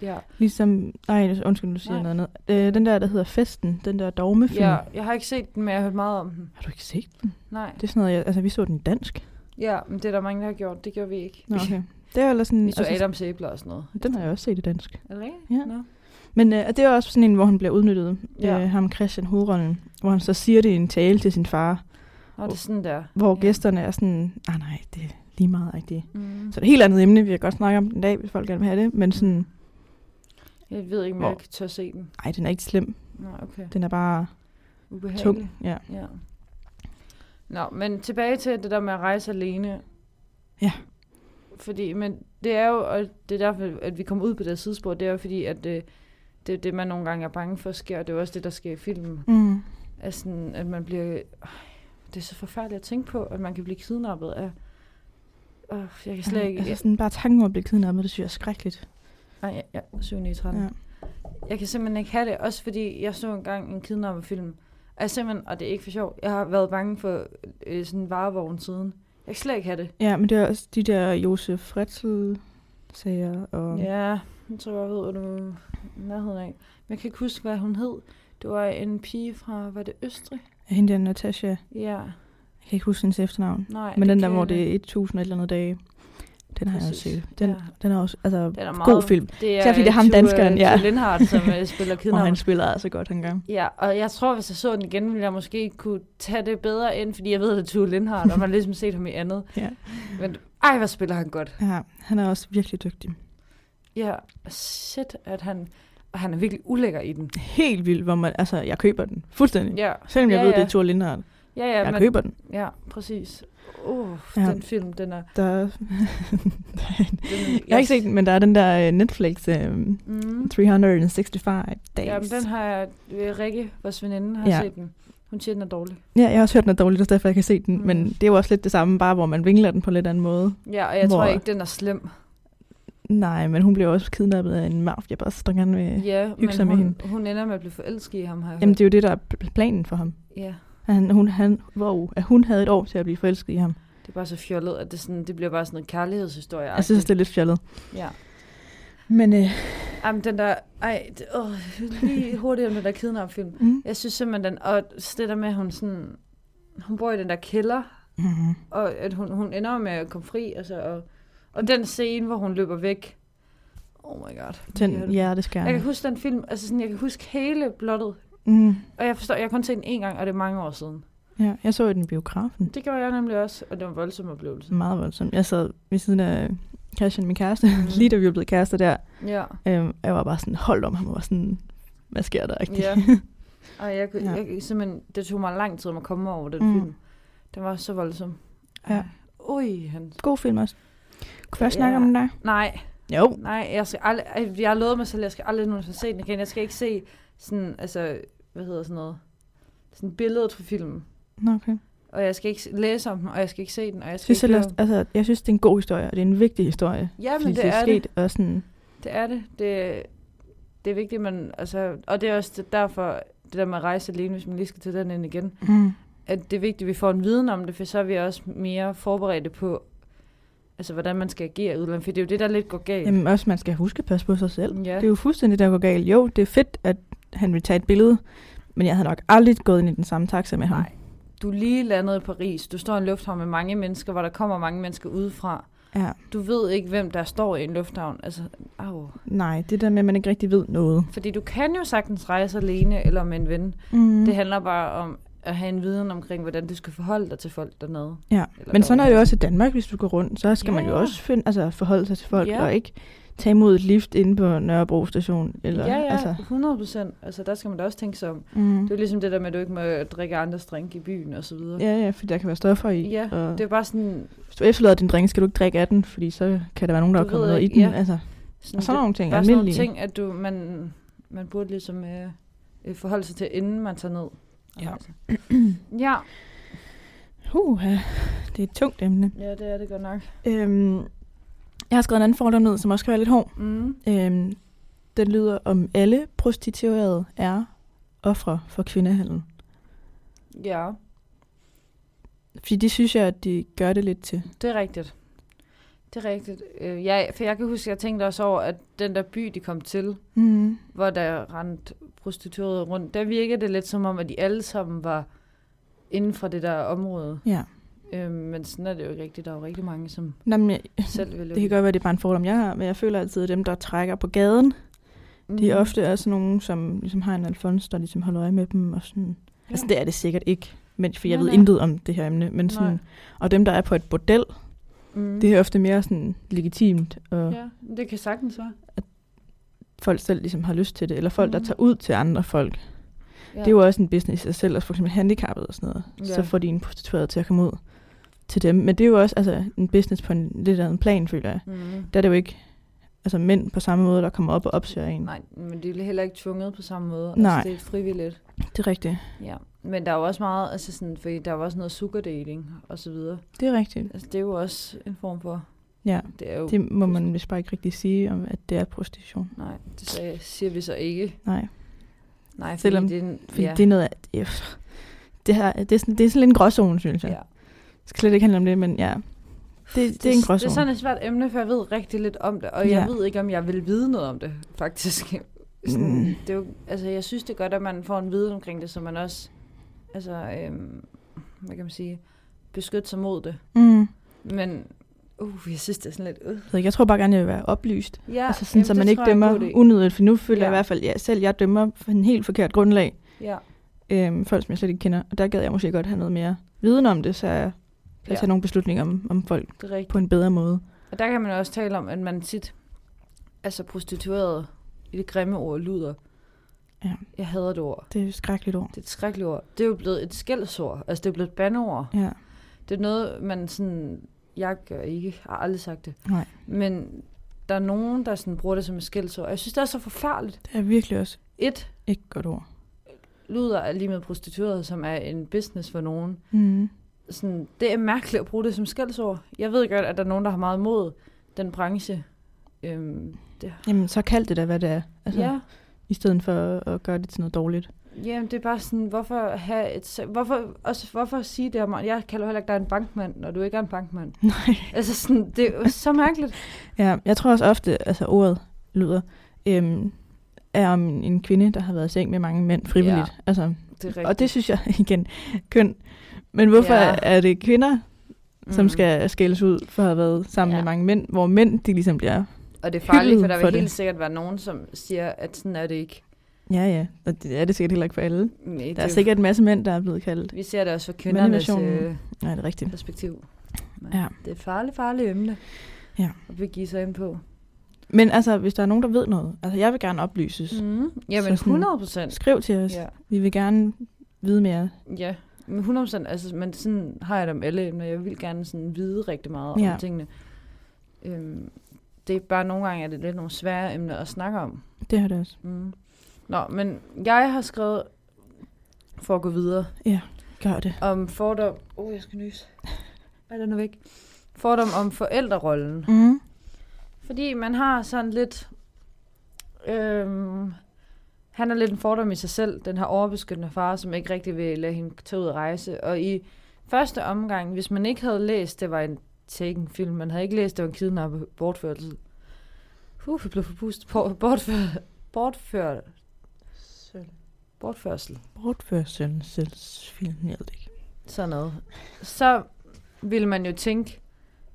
Ja,
Ligesom, nej, undskyld, nu siger jeg
Nej.
noget andet. Øh, den der, der hedder Festen, den der dogmefilm.
ja, jeg har ikke set den, men jeg har hørt meget om den.
Har du ikke set den?
Nej.
Det er sådan noget, jeg, altså vi så den dansk.
Ja, men det er der mange, der har gjort. Det gjorde vi ikke.
Nå, okay. Det er jo ellers sådan...
Vi så
altså,
Adam Sæbler og sådan noget.
den har jeg også set i dansk.
Er det rigtigt?
Ja.
Nå.
Men øh, og det er også sådan en, hvor han bliver udnyttet.
Ja.
Ja. Øh, ham Christian hovedrollen. Hvor han så siger det i en tale til sin far.
Nå, det er sådan der.
Hvor
Ja.
ja. gæsterne er sådan, ah nej, det er lige meget rigtigt.
Mm.
Så det er et helt andet emne, vi kan godt snakke om den dag, hvis folk gerne vil have det. Men sådan,
Jeg ved ikke, om jeg
Hvor-
kan tør se den.
nej, den er ikke slem.
Nej, okay.
Den er bare
Ubehagelig.
tung. Ja.
Ja. Nå, men tilbage til det der med at rejse alene.
Ja.
Fordi, men det er jo, og det er derfor, at vi kommer ud på det her sidespor, det er jo fordi, at det, det er det, man nogle gange er bange for sker, og det er jo også det, der sker i filmen.
Mm.
At, sådan, at man bliver... Øh, det er så forfærdeligt at tænke på, at man kan blive kidnappet af... Øh, jeg kan slet ikke...
Altså
Jeg,
sådan bare tanken om at blive kidnappet, det synes jeg er skrækkeligt.
nej, jeg, jeg, 7, 9, 13.
Ja.
Jeg kan simpelthen ikke have det, også fordi jeg så engang en kidnapperfilm. Og jeg simpelthen, og det er ikke for sjov, jeg har været bange for øh, sådan en varevogn siden. Jeg kan slet ikke have det.
ja, men det er også de der Josef Fritzl sager og...
Ja, jeg tror jeg ved, hvad du nærheden af. Men jeg kan ikke huske, hvad hun hed. Det var en pige fra, var det Østrig?
Hende der Natasha,
Ja,
jeg kan ikke huske hendes efternavn.
nej.
Men den
kan
der, hvor
jeg
det
ikke.
er 1000 og et eller andet dage, den har jeg også
Præcis.
set. Den,
Ja.
ja. den er også, altså,
Den er
god film.
Det
Især fordi det er ham
Tue-
danskeren, ja.
Tue Lindhardt, som øh, spiller
Og han
kidnapper.
spiller altså godt engang.
Ja, og jeg tror, hvis jeg så den igen, ville jeg måske kunne tage det bedre ind, fordi jeg ved, at det er Tue Lindhardt, og man har ligesom set ham i andet.
Ja.
Men ej, hvor spiller han godt.
Ja, han er også virkelig dygtig.
Ja, shit, at han... Og han er virkelig ulækker i den.
Helt vildt, hvor man, altså, jeg køber den. Fuldstændig. Ja.
Ja,
Selvom jeg
Ja,
ja, ved,
ja.
det er Thor Lindhardt.
ja,
Ja,
ja,
jeg
men,
køber den.
ja præcis. Uh,
Ja.
den film, den er...
Der er,
Den,
jeg har ikke set den, men der er den der øh, Netflix øh,
Mm.
365 Days.
Jamen, den har jeg... øh, Rikke, vores veninde, har ja.
Ja.
set den. Hun siger, den er dårlig.
Ja, jeg har også hørt den er dårlig, og derfor jeg kan se den.
Mm.
Mm. Men det er jo også lidt det samme, bare hvor man vinkler den på en lidt anden måde.
Ja, og jeg Hvor?
Hvor-
tror ikke, den er slem.
Nej, men hun bliver også kidnappet af en mafiaboss, der gerne vil... Ja.
Ja, men
sig med
hun,
hende.
hun ender med at blive forelsket i ham, har
Jamen,
jeg Jamen,
det er jo det, der er pl- planen for ham.
Ja,
Han, hun, han, wow, at hun havde et år til at blive forelsket i ham.
det er bare så fjollet, at det, sådan, det bliver bare sådan en kærlighedshistorie.
Jeg synes, det er lidt fjollet.
Ja.
Men øh,
Jamen, den der... Ej, det, åh, lige hurtigt om den der kidnap-film.
mm.
Jeg synes simpelthen, den, og det der med, at hun sådan, hun bor i den der kælder,
Mm.
og at hun, hun ender med at komme fri, altså, og, og den scene, hvor hun løber væk. Oh my god. Jeg-
den hjerteskærende.
Jeg kan huske den film, altså sådan, jeg kan huske hele blottet,
Mm.
og jeg forstår, jeg har kun set den en gang, og det er mange år siden.
Ja, jeg så den i biografen.
Det gjorde jeg nemlig også, og det var en voldsom oplevelse.
Meget voldsomt. Jeg sad ved siden af Christian, min kæreste,
Mm.
lige da vi var blevet kærester der.
Ja,
Øhm, jeg var bare sådan holdt om ham og var sådan, hvad sker der rigtigt?
ja. Og jeg, kunne-
Ja.
jeg, jeg, simpelthen, det tog mig lang tid om at komme over den mm.
Mm.
film. Den var så voldsom.
Ja.
Åh, Ui, han...
God film også. Kunne vi også
Ja.
snakke om den der?
Nej,
Jo.
nej, jeg, skal aldrig, ej, jeg har lovet mig selv, at jeg skal aldrig nogensinde se den igen. Jeg skal ikke se sådan, altså, hvad hedder sådan noget, sådan billedet fra filmen.
Nå, okay.
Og jeg skal ikke s- læse om den, og jeg skal ikke se den, og jeg
Jeg
skal
synes,
ikke høre
ellers,
om den.
altså, jeg synes, det er en god historie, og det er en vigtig historie.
Ja,
fordi
men det,
det
er
sket,
det.
og sådan,
Det er det. det. Det er vigtigt, man, altså, og det er også det- derfor, det der med at rejse alene, hvis man lige skal til den ind igen,
mm,
at det er vigtigt, at vi får en viden om det, for så er vi også mere forberedte på, altså, hvordan man skal agere i udlandet, for det er jo det, der lidt går galt.
jamen også, man skal huske at passe på sig selv.
ja.
Det er jo fuldstændig, der går galt. Jo, det er fedt, at han vil tage et billede, men jeg havde nok aldrig gået ind i den samme taxa med ham.
Nej. Du er lige landet i Paris, du står i en lufthavn med mange mennesker, hvor der kommer mange mennesker udefra.
Ja,
Du ved ikke, hvem der står i en lufthavn. Altså, au.
nej, det der med, at man ikke rigtig ved noget.
Fordi du kan jo sagtens rejse alene eller med en ven.
Mm.
Det handler bare om at have en viden omkring, hvordan du skal forholde dig til folk dernede.
Ja,
Eller
men sådan er
derovre.
det jo også i Danmark, hvis du går rundt, så skal man jo
Ja.
også finde, altså, forholde sig til folk,
Ja.
og ikke tage imod et lift inde på Nørrebro station. Eller,
ja, ja,
Altså,
100 procent. Altså, der skal man da også tænke sig om.
mm.
Det er jo ligesom det der med, at du ikke må drikke andres drink i byen og så videre.
Ja, ja, for der kan være stoffer i.
Ja,
og
Det er bare sådan...
Hvis du efterlader din drink, skal du ikke drikke af den, fordi så kan der være nogen, der
Du
har kommet
ved
noget i
ikke,
den.
ja.
Altså,
sådan
og sådan
det,
nogle ting,
bare sådan nogle
almindelige.
ting, at du, man, man burde ligesom øh, øh, forholde sig til, inden man tager ned.
Ja.
Altså. ja.
Uh, det er et tungt emne.
Ja, det er det godt nok.
Øhm, jeg har skrevet en anden fordom ned, som også kan være lidt hård.
Mm.
Øhm, den lyder, om alle prostituerede er ofre for kvindehandel.
Ja,
Fordi det synes jeg, at de gør det lidt til.
det er rigtigt. Det er rigtigt. Øh, jeg, for jeg kan huske, at jeg tænkte også over, at den der by, de kom til,
Mm.
hvor der rendte prostituerede rundt, der virkede det lidt som om, at de alle sammen var inden for det der område.
Ja.
Øh, men sådan er det jo ikke rigtigt. Der er jo rigtig mange, som
Nå, men jeg,
selv vil
det kan godt være, at det er bare en fordom, jeg har, men jeg føler altid, at dem, der trækker på gaden, de er
Mm-hmm. Mm.
ofte også nogen, som ligesom har en alfons, der ligesom holder øje med dem. Og sådan. Ja. Altså, det er det sikkert ikke, men, for jeg
Nej,
ved
nej.
intet om det her emne. Men sådan,
Nej.
og dem, der er på et bordel,
Mm.
det er ofte mere sådan legitimt, og ja.
Ja, det kan sagtens være.
folk selv ligesom har lyst til det. Eller folk, der
Mhm.
tager ud til andre folk. Ja.
Ja.
Det er jo også en business i sig selv, og for eksempel handicappede og sådan noget. Ja. Så
Ja.
får de en prostitueret til at komme ud til dem. Men det er jo også altså, en business på en lidt anden plan, føler jeg.
Mm.
Der er det jo ikke altså, mænd på samme måde, der kommer op og opsøger en.
Nej, men det er heller ikke tvunget på samme måde.
Nej.
Altså, det er frivilligt.
Det er rigtigt.
Ja, men der er jo også meget, altså sådan, fordi der er jo også noget sugar dating og så videre.
Det er rigtigt.
Altså det er jo også en form for,
Ja.
det er jo, det...
Det må man vist bare ikke rigtig sige, om at det er prostitution.
nej, det sagde, siger vi så ikke.
Nej,
Nej, fordi
Selvom-
det er en,
fordi
ja,
ja. det er noget af... Det er, det, her, det, er sådan, det er sådan lidt en gråzone, synes jeg. Ja.
ja.
Det skal slet ikke handle om det, men ja. Det, det er en
det er
gråzone.
sådan et svært emne, for jeg ved rigtig lidt om det, og jeg
Ja.
ved ikke, om jeg vil vide noget om det, faktisk. Sådan,
Mm.
mm. det er jo, altså, jeg synes, det er godt, at man får en viden omkring det, så man også, altså, øhm, hvad kan man sige, beskytter sig mod det.
Mm.
Men, uh, jeg synes, det er sådan lidt, uh.
Jeg ved ikke, Jeg tror bare gerne, jeg vil være oplyst.
Ja,
altså sådan, så
jamen,
man
det
ikke
tror jeg er en
dømmer
god idé.
unødigt. For nu føler ja. jeg i
Ja.
hvert fald, ja, selv jeg dømmer på en helt forkert grundlag.
Ja,
Øhm, folk, som jeg slet ikke kender. Og der gad jeg måske godt have noget mere viden om det, så jeg kan
Ja.
tage nogle beslutninger om, om folk
det er rigtigt.
på en bedre måde.
Og der kan man også tale om, at man tit, altså prostitueret i det grimme ord, luder.
Ja.
Jeg hader det ord.
Det er et skrækkeligt ord.
Det er et skrækkeligt ord. Det er jo blevet et skældsord. Altså, det er blevet et bandeord.
Ja.
Det er noget, man sådan... Jeg gør ikke. Jeg har aldrig sagt det.
Nej.
Men der er nogen, der sådan bruger det som et skældsord. Og jeg synes, det er så forfærdeligt.
Det er virkelig også
Et,
ikke et godt ord.
luder er lige med prostitueret, som er en business for nogen.
Mm.
sådan, det er mærkeligt at bruge det som skældsord. Jeg ved godt, at der er nogen, der har meget mod den branche. Øhm, det,
Jamen, så kald det da, hvad det er. Altså, ja.
ja,
I stedet for at gøre det til noget dårligt.
jamen, det er bare sådan, hvorfor, have et, se- hvorfor, også, hvorfor sige det om, jeg kalder heller ikke dig en bankmand, når du ikke er en bankmand.
Nej.
Altså sådan, det er jo så mærkeligt.
Ja, jeg tror også ofte, altså ordet lyder, øhm, er om en kvinde, der har været i seng med mange mænd frivilligt. Ja. Altså,
Det er rigtigt.
og det synes jeg igen, køn. Men hvorfor ja.
Ja.
er det kvinder, som
Mm.
skal skældes ud for at have været sammen ja.
Ja.
med mange mænd, hvor mænd de ligesom bliver...
Og det er farligt, for
hyldet
der
for
vil
det.
helt sikkert være nogen, som siger, at sådan er det ikke.
Ja, ja, og det er det sikkert heller ikke for alle.
Nej, det,
Der er sikkert en masse mænd, der er blevet kaldt.
Vi ser det også fra kvindernes
Manipulationen.
øh,
Nej, det er rigtigt.
perspektiv. Men
Ja.
Det er et farligt, farligt emne
Ja.
at begive sig ind på.
Men altså, hvis der er nogen, der ved noget, altså jeg vil gerne oplyses. Mm.
Mm.
Så
Jamen,
sådan-
100 procent.
Skriv til os. Mm. Ja.
Ja.
Vi vil gerne vide mere.
Ja, men 100%, altså, men sådan har jeg det om alle emner. Jeg vil gerne sådan vide rigtig meget
Ja.
om tingene. Øhm, det er bare nogle gange, at det er lidt nogle svære emner at snakke om.
Det har det også.
Mm. Nå, men jeg har skrevet, for at gå videre,
Gør det.
om fordom... Åh, oh, jeg skal nys. Ej, den er væk. Fordom om forældrerollen.
Mm.
Fordi man har sådan lidt... Øhm, han er lidt en fordom i sig selv, den her overbeskyttende far, som ikke rigtig vil lade hende tage ud og rejse. Og i første omgang, hvis man ikke havde læst, det var en taken film, man havde ikke læst, det var en kidnappet bortførelse. Uh, jeg blev forpustet. Por- bortfør- bortfør- bortførsel.
Bortførselsfilm, jeg ved det ikke.
sådan noget, så ville man jo tænke,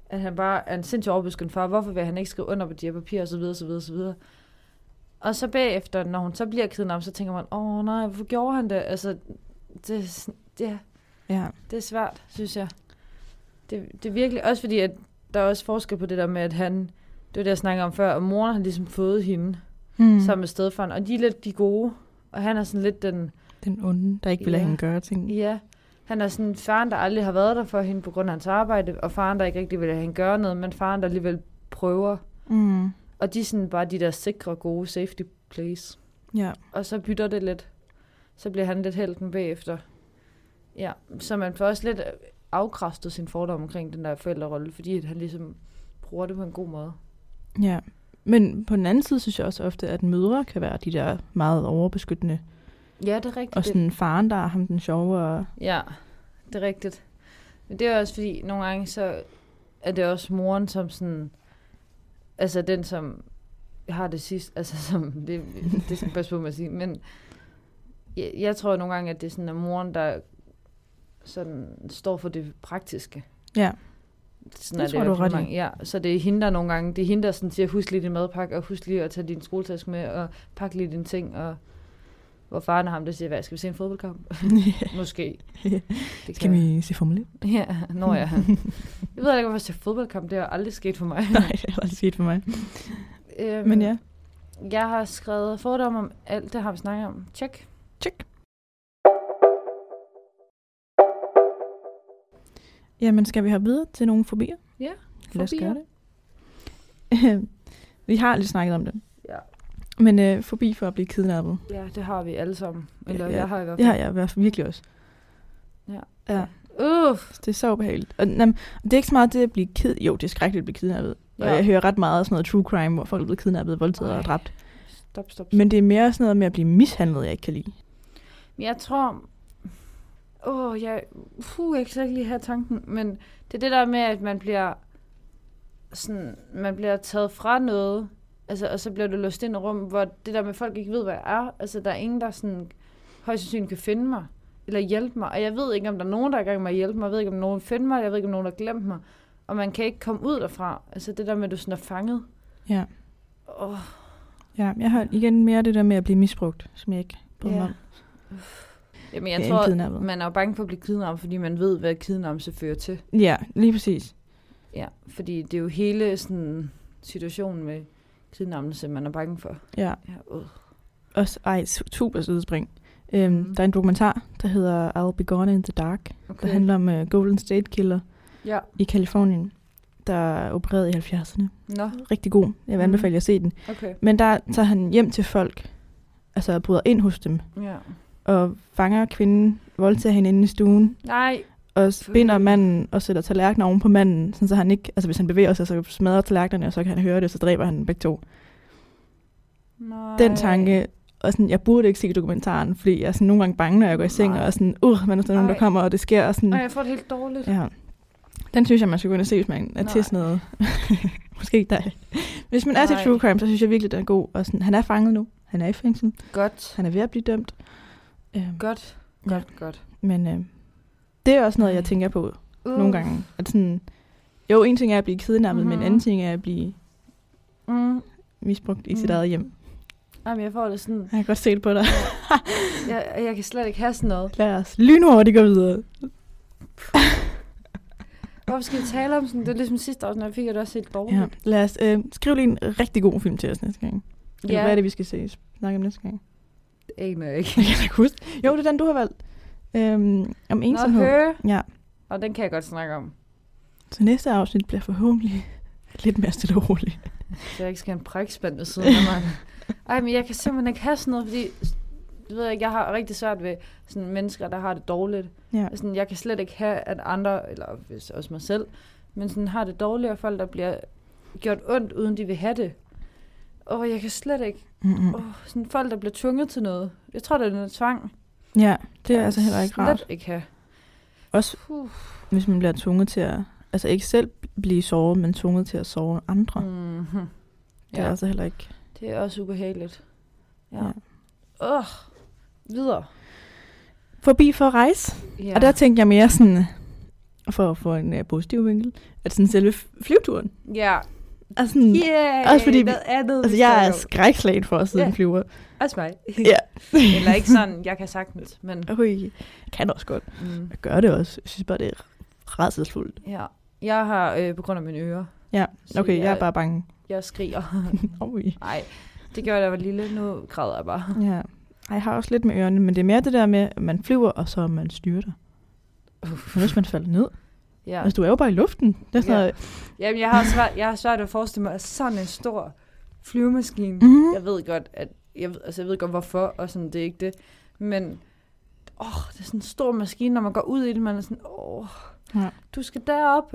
at han bare er en sindssygt overbeskyttet far. Hvorfor vil han ikke skrive under på de her papirer, og så videre, så videre, så videre. Og så bagefter, når hun så bliver kidnappet, så tænker man, åh nej, hvorfor gjorde han det? Altså, det, er sådan- det, er-
Ja.
det er svært, synes jeg. Det, det er virkelig også fordi, at der er også forskel på det der med, at han, det var det, jeg snakkede om før, og moren har ligesom fået hende
Mm.
mm. sammen med stedfaren, og de er lidt de gode, og han er sådan lidt den,
Den onde, der ikke vil lade
Ja.
hende gøre ting.
Ja, han er sådan faren, der aldrig har været der for hende på grund af hans arbejde, og faren, der ikke rigtig vil have hende gøre noget, men faren, der alligevel prøver.
Mm.
Og de er sådan bare de der sikre, gode safety place.
Ja.
Og så bytter det lidt. Så bliver han lidt helten bagefter. Ja, så man får også lidt afkræftet sin fordom omkring den der forældrerolle, fordi at han ligesom bruger det på en god måde.
ja. Men på den anden side synes jeg også ofte, at mødre kan være de der meget overbeskyttende.
Ja, det er rigtigt.
Og sådan faren, der er ham den sjove. Og...
Ja, det er rigtigt. Men det er også fordi, nogle gange så er det også moren, som sådan... Altså den, som har det sidst, altså som, det, det skal jeg passe på med at sige, men jeg, jeg tror nogle gange, at det er sådan, at moren, der sådan står for det praktiske.
Ja.
Sådan
Det
er
tror
i
du
hvert fald
ret i.
mange- Ja, så det er hende, der nogle gange, det er hende, der sådan siger, husk lige din madpakke, og husk lige at tage din skoletaske med, og pak lige dine ting, og hvor faren er ham, der siger, hvad, skal vi se en fodboldkamp? Måske.
Ja.
Det
Skal vi se Formel 1?
Ja, når jeg. jeg ved heller ikke, hvorfor jeg ser fodboldkamp. Det har aldrig sket for mig.
Nej, det er aldrig sket for mig.
øhm,
Men ja,
Jeg har skrevet fordomme om alt, det har vi snakket om. Tjek.
tjek. Jamen, skal vi have videre til nogle fobier?
Ja,
Lad os
fobier.
gøre det. vi har lidt snakket om det.
Ja.
Men øh, fobi for at blive kidnappet.
Ja, det har vi alle sammen. Eller
Ja,
ja,
ja.
jeg har i hvert
Det
fald.
har jeg i hvert fald virkelig også.
Ja.
ja.
Uh,
Det er så ubehageligt. Og, jamen, det er ikke så meget det at blive ked... Jo, det er skrækkeligt at blive kidnappet. Ja. Og
Ja.
jeg hører ret meget af sådan noget true crime, hvor folk er blevet kidnappet, voldtaget
Ej.
og dræbt.
stop, stop, stop. Men
Men det er mere sådan noget med at blive mishandlet, jeg ikke kan lide.
jeg tror... Åh, oh, jeg... Puh, jeg kan slet ikke lige have tanken. Men det er det der med, at man bliver... Sådan, man bliver taget fra noget, altså, og så bliver du låst ind i et rum, hvor det der med, at folk ikke ved, hvad jeg er. Altså, der er ingen, der sådan højst sandsynligt kan finde mig, eller hjælpe mig. Og jeg ved ikke, om der er nogen, der er i gang med at hjælpe mig. Jeg ved ikke, om nogen vil finde mig. Jeg ved ikke, om nogen har glemt mig. Og man kan ikke komme ud derfra. Altså det der med, at du sådan er fanget.
Ja.
Åh,
Ja, jeg har igen mere det der med at blive misbrugt, som jeg ikke bryder mig
Ja.
om.
Jamen, jeg
Ja,
tror,
kidnappet.
man er jo bange for at blive kidnappet, fordi man ved, hvad kidnappelse fører til.
Ja, lige præcis.
Ja, fordi det er jo hele sådan situationen med kidnappelse, man er bange for.
Ja.
Ja, øh.
Også, ej, su- super sidespring. Øhm,
Mhm.
Der er en dokumentar, der hedder I'll Be Gone in the Dark, der
okay.
handler om uh, Golden State Killer
Ja,
i Kalifornien, der opererede i 70'erne.
nå,
Rigtig god. Jeg vil
Mhm.
anbefale jer at se den.
okay.
Men der tager han hjem til folk, altså bryder ind hos dem,
Ja.
og fanger kvinden, voldtager hende inde i stuen,
Nej,
og binder manden og sætter tallerkener oven på manden, sådan så han ikke, altså hvis han bevæger sig, så smadrer tallerkenerne, og så kan han høre det, og så dræber han dem begge to.
nej.
Den tanke, og sådan, jeg burde ikke se dokumentaren, fordi jeg er sådan nogle gange bange, når jeg går i seng,
Nej.
og sådan, uh, man er sådan nogen, der
Ej.
kommer, og det sker, og sådan,
Nej, jeg får det helt dårligt.
ja. Den synes jeg, man skal gå ind og se, hvis man er
Nej.
til sådan noget. Måske ikke dig. Hvis man er til
Nej.
true crime, så synes jeg virkelig, den er god. Og sådan, han er fanget nu. Han er i fængsel.
Godt.
Han er ved at blive dømt. Øhm,
Godt,
Ja.
godt, godt.
men øh, det er også noget, jeg
Ej.
tænker på
Uh.
nogle gange. At sådan, jo, en ting er at blive kidnappet, mm-hmm. men en
Mhm.
anden ting er at blive
Mm.
misbrugt i sit
Mm.
eget hjem.
Jamen, jeg får det sådan...
Jeg kan godt se det på dig.
Jeg, jeg kan slet ikke have sådan noget.
Lad os lynhurtigt gå videre.
Hvorfor skal vi tale om sådan... Det er ligesom sidste år, når jeg fik jeg det også helt dårligt.
Ja. Lad os øh, skrive lige en rigtig god film til os næste gang. Eller hvad er det, vi skal se? Snakke om næste gang.
det aner jeg ikke.
Jeg kan da ikke huske. Jo, det er den, du har valgt. øhm, om
Nå,
ensomhed.
hø.
Ja,
Og den kan jeg godt snakke om.
så næste afsnit bliver forhåbentlig lidt mere stille og roligt.
Så jeg ikke skal have en prikspand ved siden af mig. Ej, men jeg kan simpelthen ikke have sådan noget, fordi du ved ikke, jeg har rigtig svært ved sådan mennesker, der har det dårligt.
Ja.
Sådan, jeg kan slet ikke have, at andre, eller hvis også mig selv, men sådan har det dårligt, og folk, der bliver gjort ondt, uden de vil have det. Og jeg kan slet ikke.
Mm-mm.
Åh, sådan folk, der bliver tvunget til noget. Jeg tror, det er noget tvang.
Ja, det er altså heller ikke
Slet
rart.
ikke have.
Også
Puh.
hvis man bliver tvunget til at, altså ikke selv blive såret, men tvunget til at såre andre. Mm.
Mm-hmm.
Det er altså heller ikke.
Det er også ubehageligt. Ja.
Ja.
Åh, ja. oh, videre.
Forbi for at rejse.
Ja.
Ja. Og der tænkte jeg mere sådan, for at få en uh, positiv vinkel, at sådan selve f- flyveturen.
ja.
Og sådan, yeah.
Yeah,
Mm. Også fordi vi-
noget andet, vi
Altså, jeg er
snakker om.
skrækslagen for at sidde
Ja.
yeah. en flyver.
Også mig.
Ja.
Eller ikke sådan, jeg kan sagtens, men...
Ui, jeg kan også godt.
Mm,
Jeg gør det også. Jeg synes bare, det er rædselsfuldt.
ja. Jeg har, øh, på grund af mine ører,
Ja,
Så
okay,
jeg-
jeg er bare bange.
jeg skriger.
Ui.
Nej, det gjorde jeg, da jeg var lille. Nu græder jeg bare.
Ja. Ej, jeg har også lidt med ørerne, men det er mere det der med, at man flyver, og så man styrter. Men hvis man falder ned?
Ja.
Altså, du er jo bare i luften. Det er sådan
Ja.
noget,
Jamen, jeg har, svært, jeg har svært ved at forestille mig sådan en stor flyvemaskine.
Mhm.
Jeg ved godt, at jeg, ved- altså, jeg ved godt, hvorfor, og sådan, det er ikke det. Men åh, det er sådan en stor maskine, når man går ud i det, man er sådan, åh,
Ja.
du skal derop.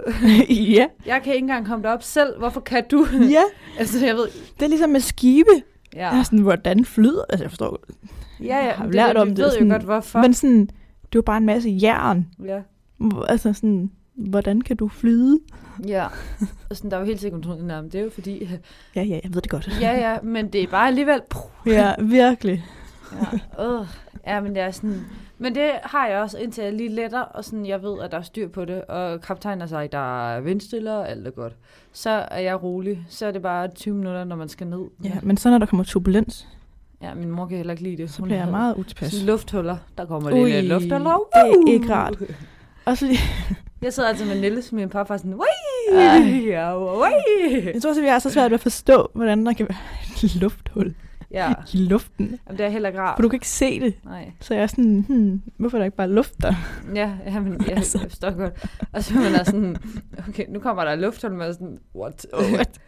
ja.
Jeg kan ikke engang komme derop selv. Hvorfor kan du?
ja,
altså, jeg ved,
det er ligesom med skibe.
ja.
Ja. Jeg er sådan, hvordan flyder? Altså, jeg forstår
Ja, ja,
Jeg har
men
lært
det,
om
vi
det,
ved
sådan-
jo godt, hvorfor.
Men sådan, det er jo bare en masse jern.
Ja.
Hvor- Altså sådan, hvordan kan du flyde?
ja. Og sådan, der er jo helt sikkert nogen, nej, men det er jo fordi...
Ja, ja, jeg ved det godt.
Ja, ja, men det er bare alligevel...
ja virkelig.
Ja, øh. ja men det er sådan... Men det har jeg også, indtil jeg lige letter, og sådan, jeg ved, at der er styr på det, og kaptajnen har sagt, der er vindstiller, og alt er godt. Så er jeg rolig. Så er det bare 20 minutter, når man skal ned.
Ja, men så når der kommer turbulens,
ja min mor kan heller ikke lide det.
så bliver jeg meget utilpas.
Sådan lufthuller. Der kommer lige
Ui,
lidt lufthuller.
det er ikke rart. Også, fordi-
Jeg sidder altid med Nille, som min papfar er sådan, Wii! Ja, wii!
jeg tror også, vi har så svært ved at forstå, hvordan der kan være et lufthul
Ja,
i luften.
Jamen, det er heller ikke rart.
For du kan ikke se det.
Nej.
Så jeg er sådan, hmm, hvorfor er der ikke bare luft der?
Ja, ja men jeg,
Altså.
jeg forstår godt. Og så man er sådan, okay, nu kommer der lufthul, man er sådan, what?
Oh,
what?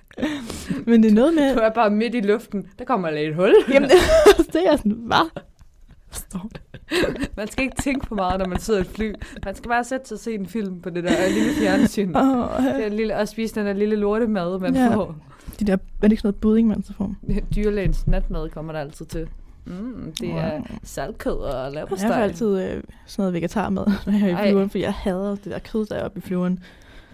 Men det er noget med,
Du er bare midt i luften, der kommer lige et hul.
jamen, det er sådan, hvad? Forstår det?
Man skal ikke tænke for meget, når man sidder i et fly. Man skal bare sætte sig og se en film på det der øh, lille fjernsyn.
Åh,
Den lille, og spise den der lille lortemad, man
Ja.
ja. får.
de der, er det ikke sådan noget budding, man så får?
Dyrlægens natmad kommer der altid til. Mm, det er saltkød og
Jeg får
laversteg.
altid øh, sådan noget vegetarmad, når jeg er
Ej.
i flyveren, for jeg hader det der kød, der er oppe i flyveren.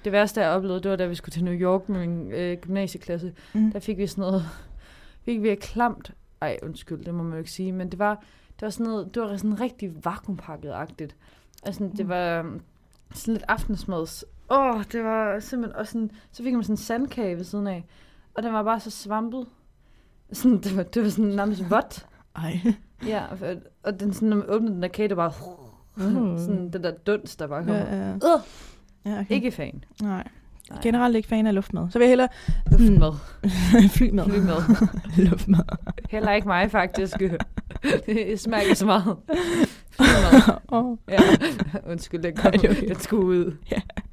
Det værste, jeg oplevede, det var, da vi skulle til New York med min øh, gymnasieklasse.
Mm.
Der fik vi sådan noget... Fik vi klamt... Ej, undskyld, det må man jo ikke sige. Men det var, det var sådan noget... Det var sådan rigtig vakuumpakket-agtigt. Altså,
Mm.
det var øhm, sådan lidt aftensmads... Åh, oh, det var simpelthen... Og sådan, så fik man sådan en sandkage ved siden af. Og den var bare så svampet. Sådan, det, var, det var sådan nærmest vådt.
Ej.
Ja, og- og den sådan, når man åbnede den der kage, det var bare... Sådan den der dunst, der bare kom.
Mm. Ja,
Ja,
ja.
ja.
ja okay.
Ikke fan.
Nej.
Nej.
Generelt ikke fan af luftmad. Så vil jeg hellere
Luftmad.
flymad.
Flymad.
luftmad.
Heller ikke mig, faktisk. Det smager ikke så meget. Flymad.
Åh,
Ja. Undskyld, den, kom.
Nej, det er okay.
den skulle ud.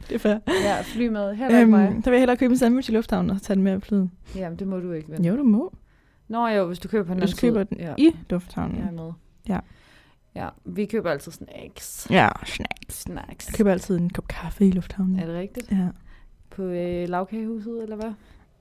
det er fair.
Ja, flymad. Heller ikke mig.
Øhm, så vil jeg hellere købe en sandwich i lufthavnen og så tage den med på flyet.
Jamen, det må du ikke, vel?
Jo, du må.
Nå jo, hvis du køber på den
Hvis
anden
du køber
side.
den
ja.
i lufthavnen.
Jeg er med.
Ja.
Ja, vi køber altid snacks.
Ja, snacks.
Snacks.
Jeg køber altid en kop kaffe i lufthavnen.
Er det rigtigt?
Ja.
På øh, lavkagehuset, eller hvad?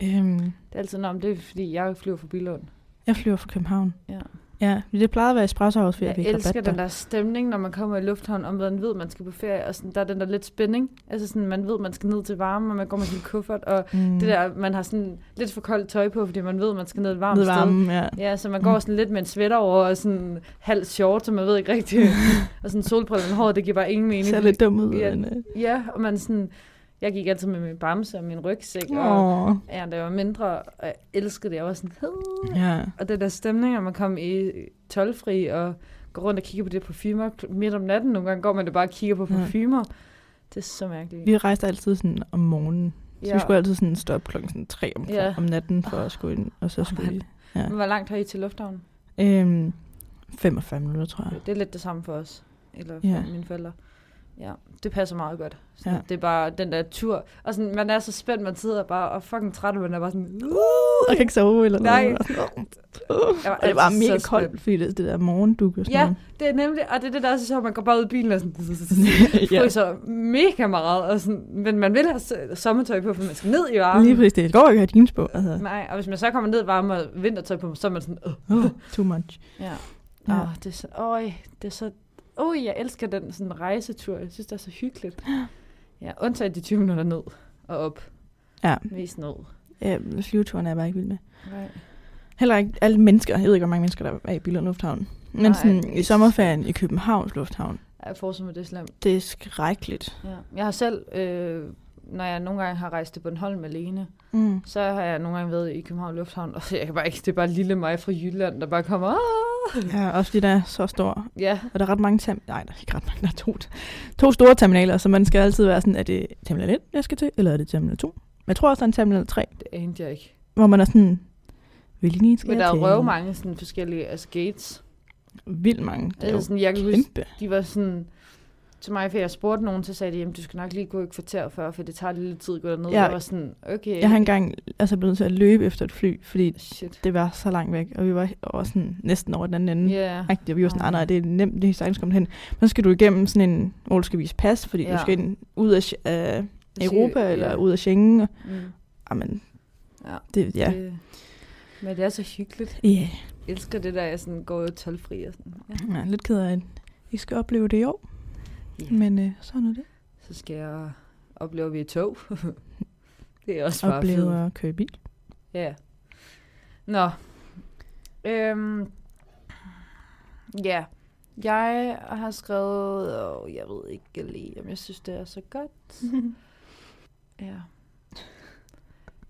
Øhm,
Det er altid, nå, men det er fordi, jeg flyver forbi Lund.
jeg flyver fra København.
Ja.
Ja, det plejede at være espresso også, fordi jeg,
Jeg,
fik
jeg elsker
rabat der.
den der stemning, når man kommer i lufthavnen, om man ved, man skal på ferie, og sådan, der er den der lidt spænding. Altså sådan, man ved, man skal ned til varme, og man går med sin kuffert, og
Mm.
Det der, man har sådan lidt for koldt tøj på, fordi man ved, at man skal ned et varmt
Ved
sted.
varmen, Mm. ja.
Ja, så man går sådan lidt med en sweater over og sådan halv short, så man ved ikke rigtigt. og sådan solbriller med hår, det giver bare ingen mening.
Ser lidt dum ud.
Ja.
Men, øh,
Ja, og man sådan... Jeg gik altid med min bamse og min rygsæk, og
åh.
ja, da jeg var mindre, og jeg elskede det. Jeg var sådan... "Hej."
Ja.
Og den der stemning, når man kom i tolvfri og går rundt og kigger på det parfumer kl- midt om natten. Nogle gange går man det bare og kigger på
Ja.
parfumer. Det er så mærkeligt.
Vi rejste altid sådan om morgenen. Så ja. vi skulle altid sådan stoppe klokken sådan tre om,
Ja. Ah.
ja. om natten for at skulle ind, og så skulle vi...
Hvor langt har I til lufthavnen?
Øhm, 45 minutter, tror jeg.
Det er lidt det samme for os. eller fra
Ja.
yeah. mine forældre. Ja, det passer meget godt. Så
Ja.
ja. Det er bare den der tur. Og sådan, man er så spændt, man sidder bare og fucking træt, og man er bare sådan... Uh!
Jeg kan ikke sove eller
Nej.
noget.
Jeg var
Og det var
altid
mega
så
koldt, fordi det, det der morgenduk og sådan
Ja,
noget.
det er nemlig, og det er det, der er så sjovt, man går bare ud i bilen og sådan,
Ja.
fryser mega meget, og sådan, men man vil have s- sommertøj på, for man skal ned i varmen.
Lige præcis det. Det går ikke at have jeans på. Altså,
Nej, og hvis man så kommer ned i varme og vintertøj på, så er man sådan, åh,
oh, too much.
ja.
Ja.
Åh, det er så, øj, det er så, åh, jeg elsker den sådan rejsetur, jeg synes, det er så hyggeligt. Ja, undtagen de 20 minutter ned og op,
Mm. Ja,
mest ned.
øh, flyveturen er jeg bare ikke vild med.
Nej.
Heller ikke alle mennesker. Jeg ved ikke, hvor mange mennesker, der er i Billund Lufthavn. Men
Nej.
sådan, i sommerferien i Københavns Lufthavn,
Jeg forstår mig, det er slemt.
det er skrækkeligt.
Ja. Jeg har selv, øh, når jeg nogle gange har rejst til Bornholm alene,
Mm.
Så har jeg nogle gange været i København Lufthavn, og jeg kan bare ikke, det er bare lille mig fra Jylland, der bare kommer. "Aah!"
Ja, også fordi den er så stor.
Ja,
Og der er ret mange term... Nej, der er ikke ret mange. Der er to, to store terminaler, så man skal altid være sådan, er det terminal 1, jeg skal til, eller er det terminal 2? Men jeg tror også, der er en terminal 3,
det anede jeg ikke.
hvor man er sådan, hvilken en skal
Men der
jeg
er
til?
røv mange sådan forskellige altså gates.
Vildt mange. Det er
Altså,
jo
sådan, jeg kan huske,
kæmpe.
de var sådan, til mig, for jeg spurgte nogen, så sagde de, jamen du skal nok lige gå et kvarter før, for det tager lidt tid at gå derned.
Ja.
Jeg var sådan, okay,
Jeg har engang altså, blevet nødt til at løbe efter et fly, fordi
shit.
det var så langt væk, og vi var over sådan, næsten over den anden ende.
Ja,
Rigtigt, og vi var sådan, Mm. nej, nej,
Ej.
det er nemt, det er sagtens kommet hen. Men så skal du igennem sådan en, hvor du skal vise pas, fordi ja. du
Ja.
skal ind, ud af Sch- af Europa,
Ja.
eller ud af Schengen. og-
Mm,
Jamen,
Ja.
det, ja.
Det, men det er så hyggeligt.
Yeah.
Jeg elsker det der, jeg sådan går tolvfri og sådan. Ja.
Jeg er lidt ked af, at I skal opleve det i år.
Ja.
Men øh, sådan er det.
Så skal jeg opleve, at vi er i tog. det er også bare fedt.
Opleve at køre bil.
Ja. Nå. Øhm. Ja. Jeg har skrevet, og jeg ved ikke lige, om jeg synes, det er så godt. Ja.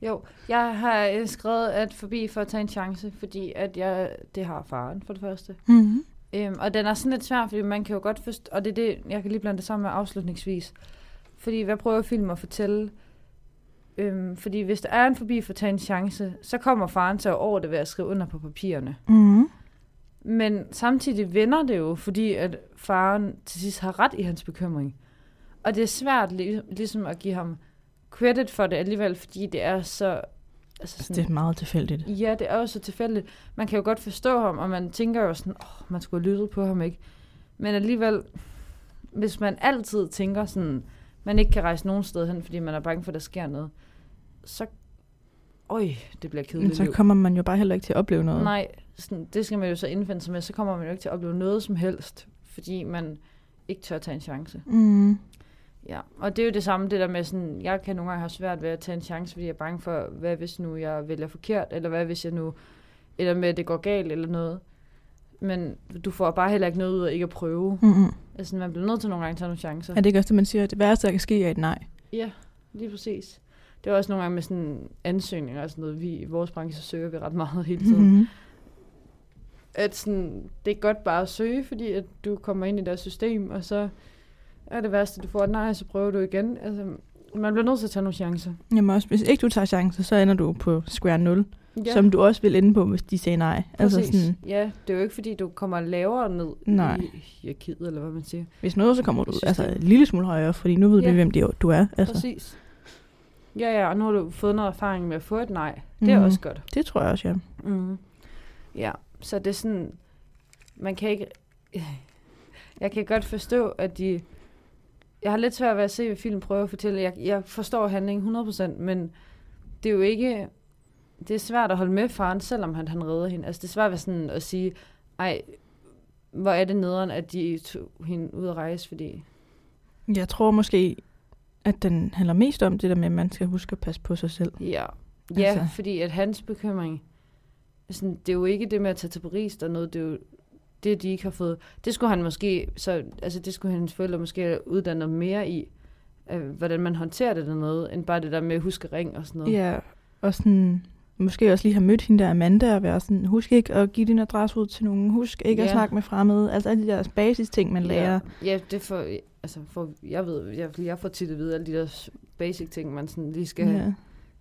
Jo, jeg har øh, skrevet at forbi for at tage en chance, fordi at jeg, det har faren for det første.
Mm-hmm.
Øhm, og den er sådan lidt svær, fordi man kan jo godt forstå, og det er det, jeg kan lige blande det sammen med afslutningsvis. Fordi hvad prøver film at fortælle? Øhm, fordi hvis der er en forbi for at tage en chance, så kommer faren til at over det ved at skrive under på papirerne.
Mm-hmm.
Men samtidig vender det jo, fordi at faren til sidst har ret i hans bekymring. Og det er svært li- ligesom at give ham credit for det alligevel, fordi det er så... Altså
Det er meget tilfældigt.
Ja, det er jo så tilfældigt. Man kan jo godt forstå ham, og man tænker jo sådan, åh, oh, man skulle have lyttet på ham, ikke? Men alligevel, hvis man altid tænker sådan, man ikke kan rejse nogen sted hen, fordi man er bange for, at der sker noget, så... Øj, det bliver
Men
kedeligt.
så
liv.
kommer man jo bare heller ikke til at opleve noget.
Nej, sådan, det skal man jo så indfinde sig med, så kommer man jo ikke til at opleve noget som helst, fordi man ikke tør tage en chance.
Mm.
Ja, og det er jo det samme, det der med sådan, jeg kan nogle gange have svært ved at tage en chance, fordi jeg er bange for, hvad hvis nu jeg vælger forkert, eller hvad hvis jeg nu, eller med at det går galt eller noget. Men du får bare heller ikke noget ud af ikke at prøve.
Mm-hmm.
Altså, man bliver nødt til nogle gange at tage nogle chancer.
Er det ikke også det, man siger, at det værste, der kan ske, er et nej?
Ja, lige præcis. Det er også nogle gange med sådan ansøgninger og sådan noget. Vi, I vores branche så søger vi ret meget hele tiden.
Mm-hmm.
At sådan, det er godt bare at søge, fordi at du kommer ind i deres system, og så er det værste, du får et nej, så prøver du igen. Altså, man bliver nødt til at tage nogle chancer.
Jamen også, hvis ikke du tager chancer, så ender du på square 0, ja.
Ja.
som du også vil ende på, hvis de sagde nej.
Præcis.
Altså sådan,
ja, det er jo ikke, fordi du kommer lavere ned
Nej.
i hierarkiet, eller hvad man siger.
hvis noget, så kommer du
System.
altså, en lille smule højere, fordi nu ved ja.
Ja.
vi, hvem det er, du er. Altså,
Altså. Præcis. Ja, ja, og nu har du fået noget erfaring med at få et nej. Det er
Mhm.
mm. også godt.
det tror jeg også, ja.
Mm. Ja, så det er sådan, man kan ikke... Jeg kan godt forstå, at de... Jeg har lidt svært ved at se, hvad filmen prøver at fortælle. Jeg, jeg forstår handlingen 100%, men det er jo ikke... Det er svært at holde med faren, selvom han, han redder hende. Altså, det er svært at, være sådan at sige, ej, hvor er det nederen, at de tog hende ud at rejse, fordi...
Jeg tror måske, at den handler mest om det der med, at man skal huske at passe på sig selv.
Ja, ja
Altså.
altså. fordi at hans bekymring, sådan, det er jo ikke det med at tage til Paris der noget, det er jo det, de ikke har fået. Det skulle han måske, så, altså det skulle hans forældre måske have uddannet mere i, øh, hvordan man håndterer det dernede, end bare det der med at huske ring og sådan noget.
Ja, og sådan, måske også lige have mødt hende der Amanda og være sådan, husk ikke at give din adresse ud til nogen, husk ikke ja. at
Ja.
snakke med fremmede, altså alle de der basis ting, man lærer.
Ja, ja det får, altså for, jeg ved, jeg, jeg får tit at vide alle de der s- basic ting, man sådan lige skal have.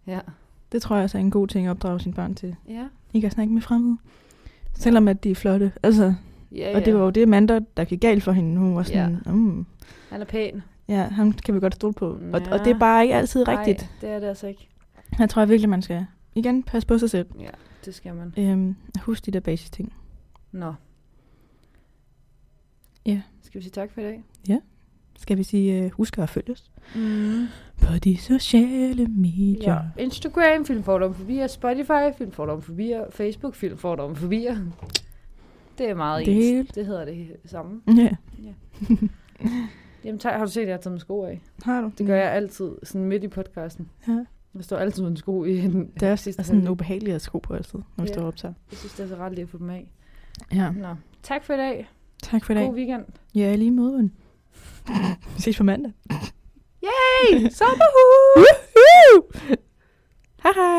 Ja.
Ja.
Det tror jeg også er en god ting at opdrage sine børn til.
ja.
Ikke at snakke med fremmede. Selvom at de er flotte. Altså,
Ja,
Og det var jo det Amanda, der gik galt for hende. Hun var sådan, ja, mm,
Han er pæn.
ja ham kan vi godt stole på. Ja. Og, og
Ja.
det er bare ikke altid rigtigt.
Nej, det er det altså ikke.
Jeg tror virkelig, man skal igen passe på sig selv.
Ja, det skal man.
Øhm, husk de der basis ting.
Nå.
Ja.
Skal vi sige tak for i dag?
Skal vi sige, øh, husk at følge os
Mm.
på de sociale medier.
Ja. Instagram, Filmfordom Forbier, Spotify, Filmfordom Forbier, Facebook, Filmfordom Forbier. Det er meget
Det
det...
hele.
ens. Det hedder det samme.
ja.
Jamen, tak. har du set, at jeg har taget mine sko af?
Har du?
Det gør jeg altid, sådan midt i podcasten.
Ja.
Jeg står altid uden sko i den.
Det er også
sidste
sådan en
halvdel.
ubehagelig at sko på altid, når vi
Ja.
står og optager.
Jeg synes, det er så rart lige at få dem af.
Ja.
Nå. Tak for i dag.
Tak for i dag.
God weekend.
Ja, i lige måde. ven. vi ses på mandag.
Yay! Sommerhus!
Woohoo! Hej hej!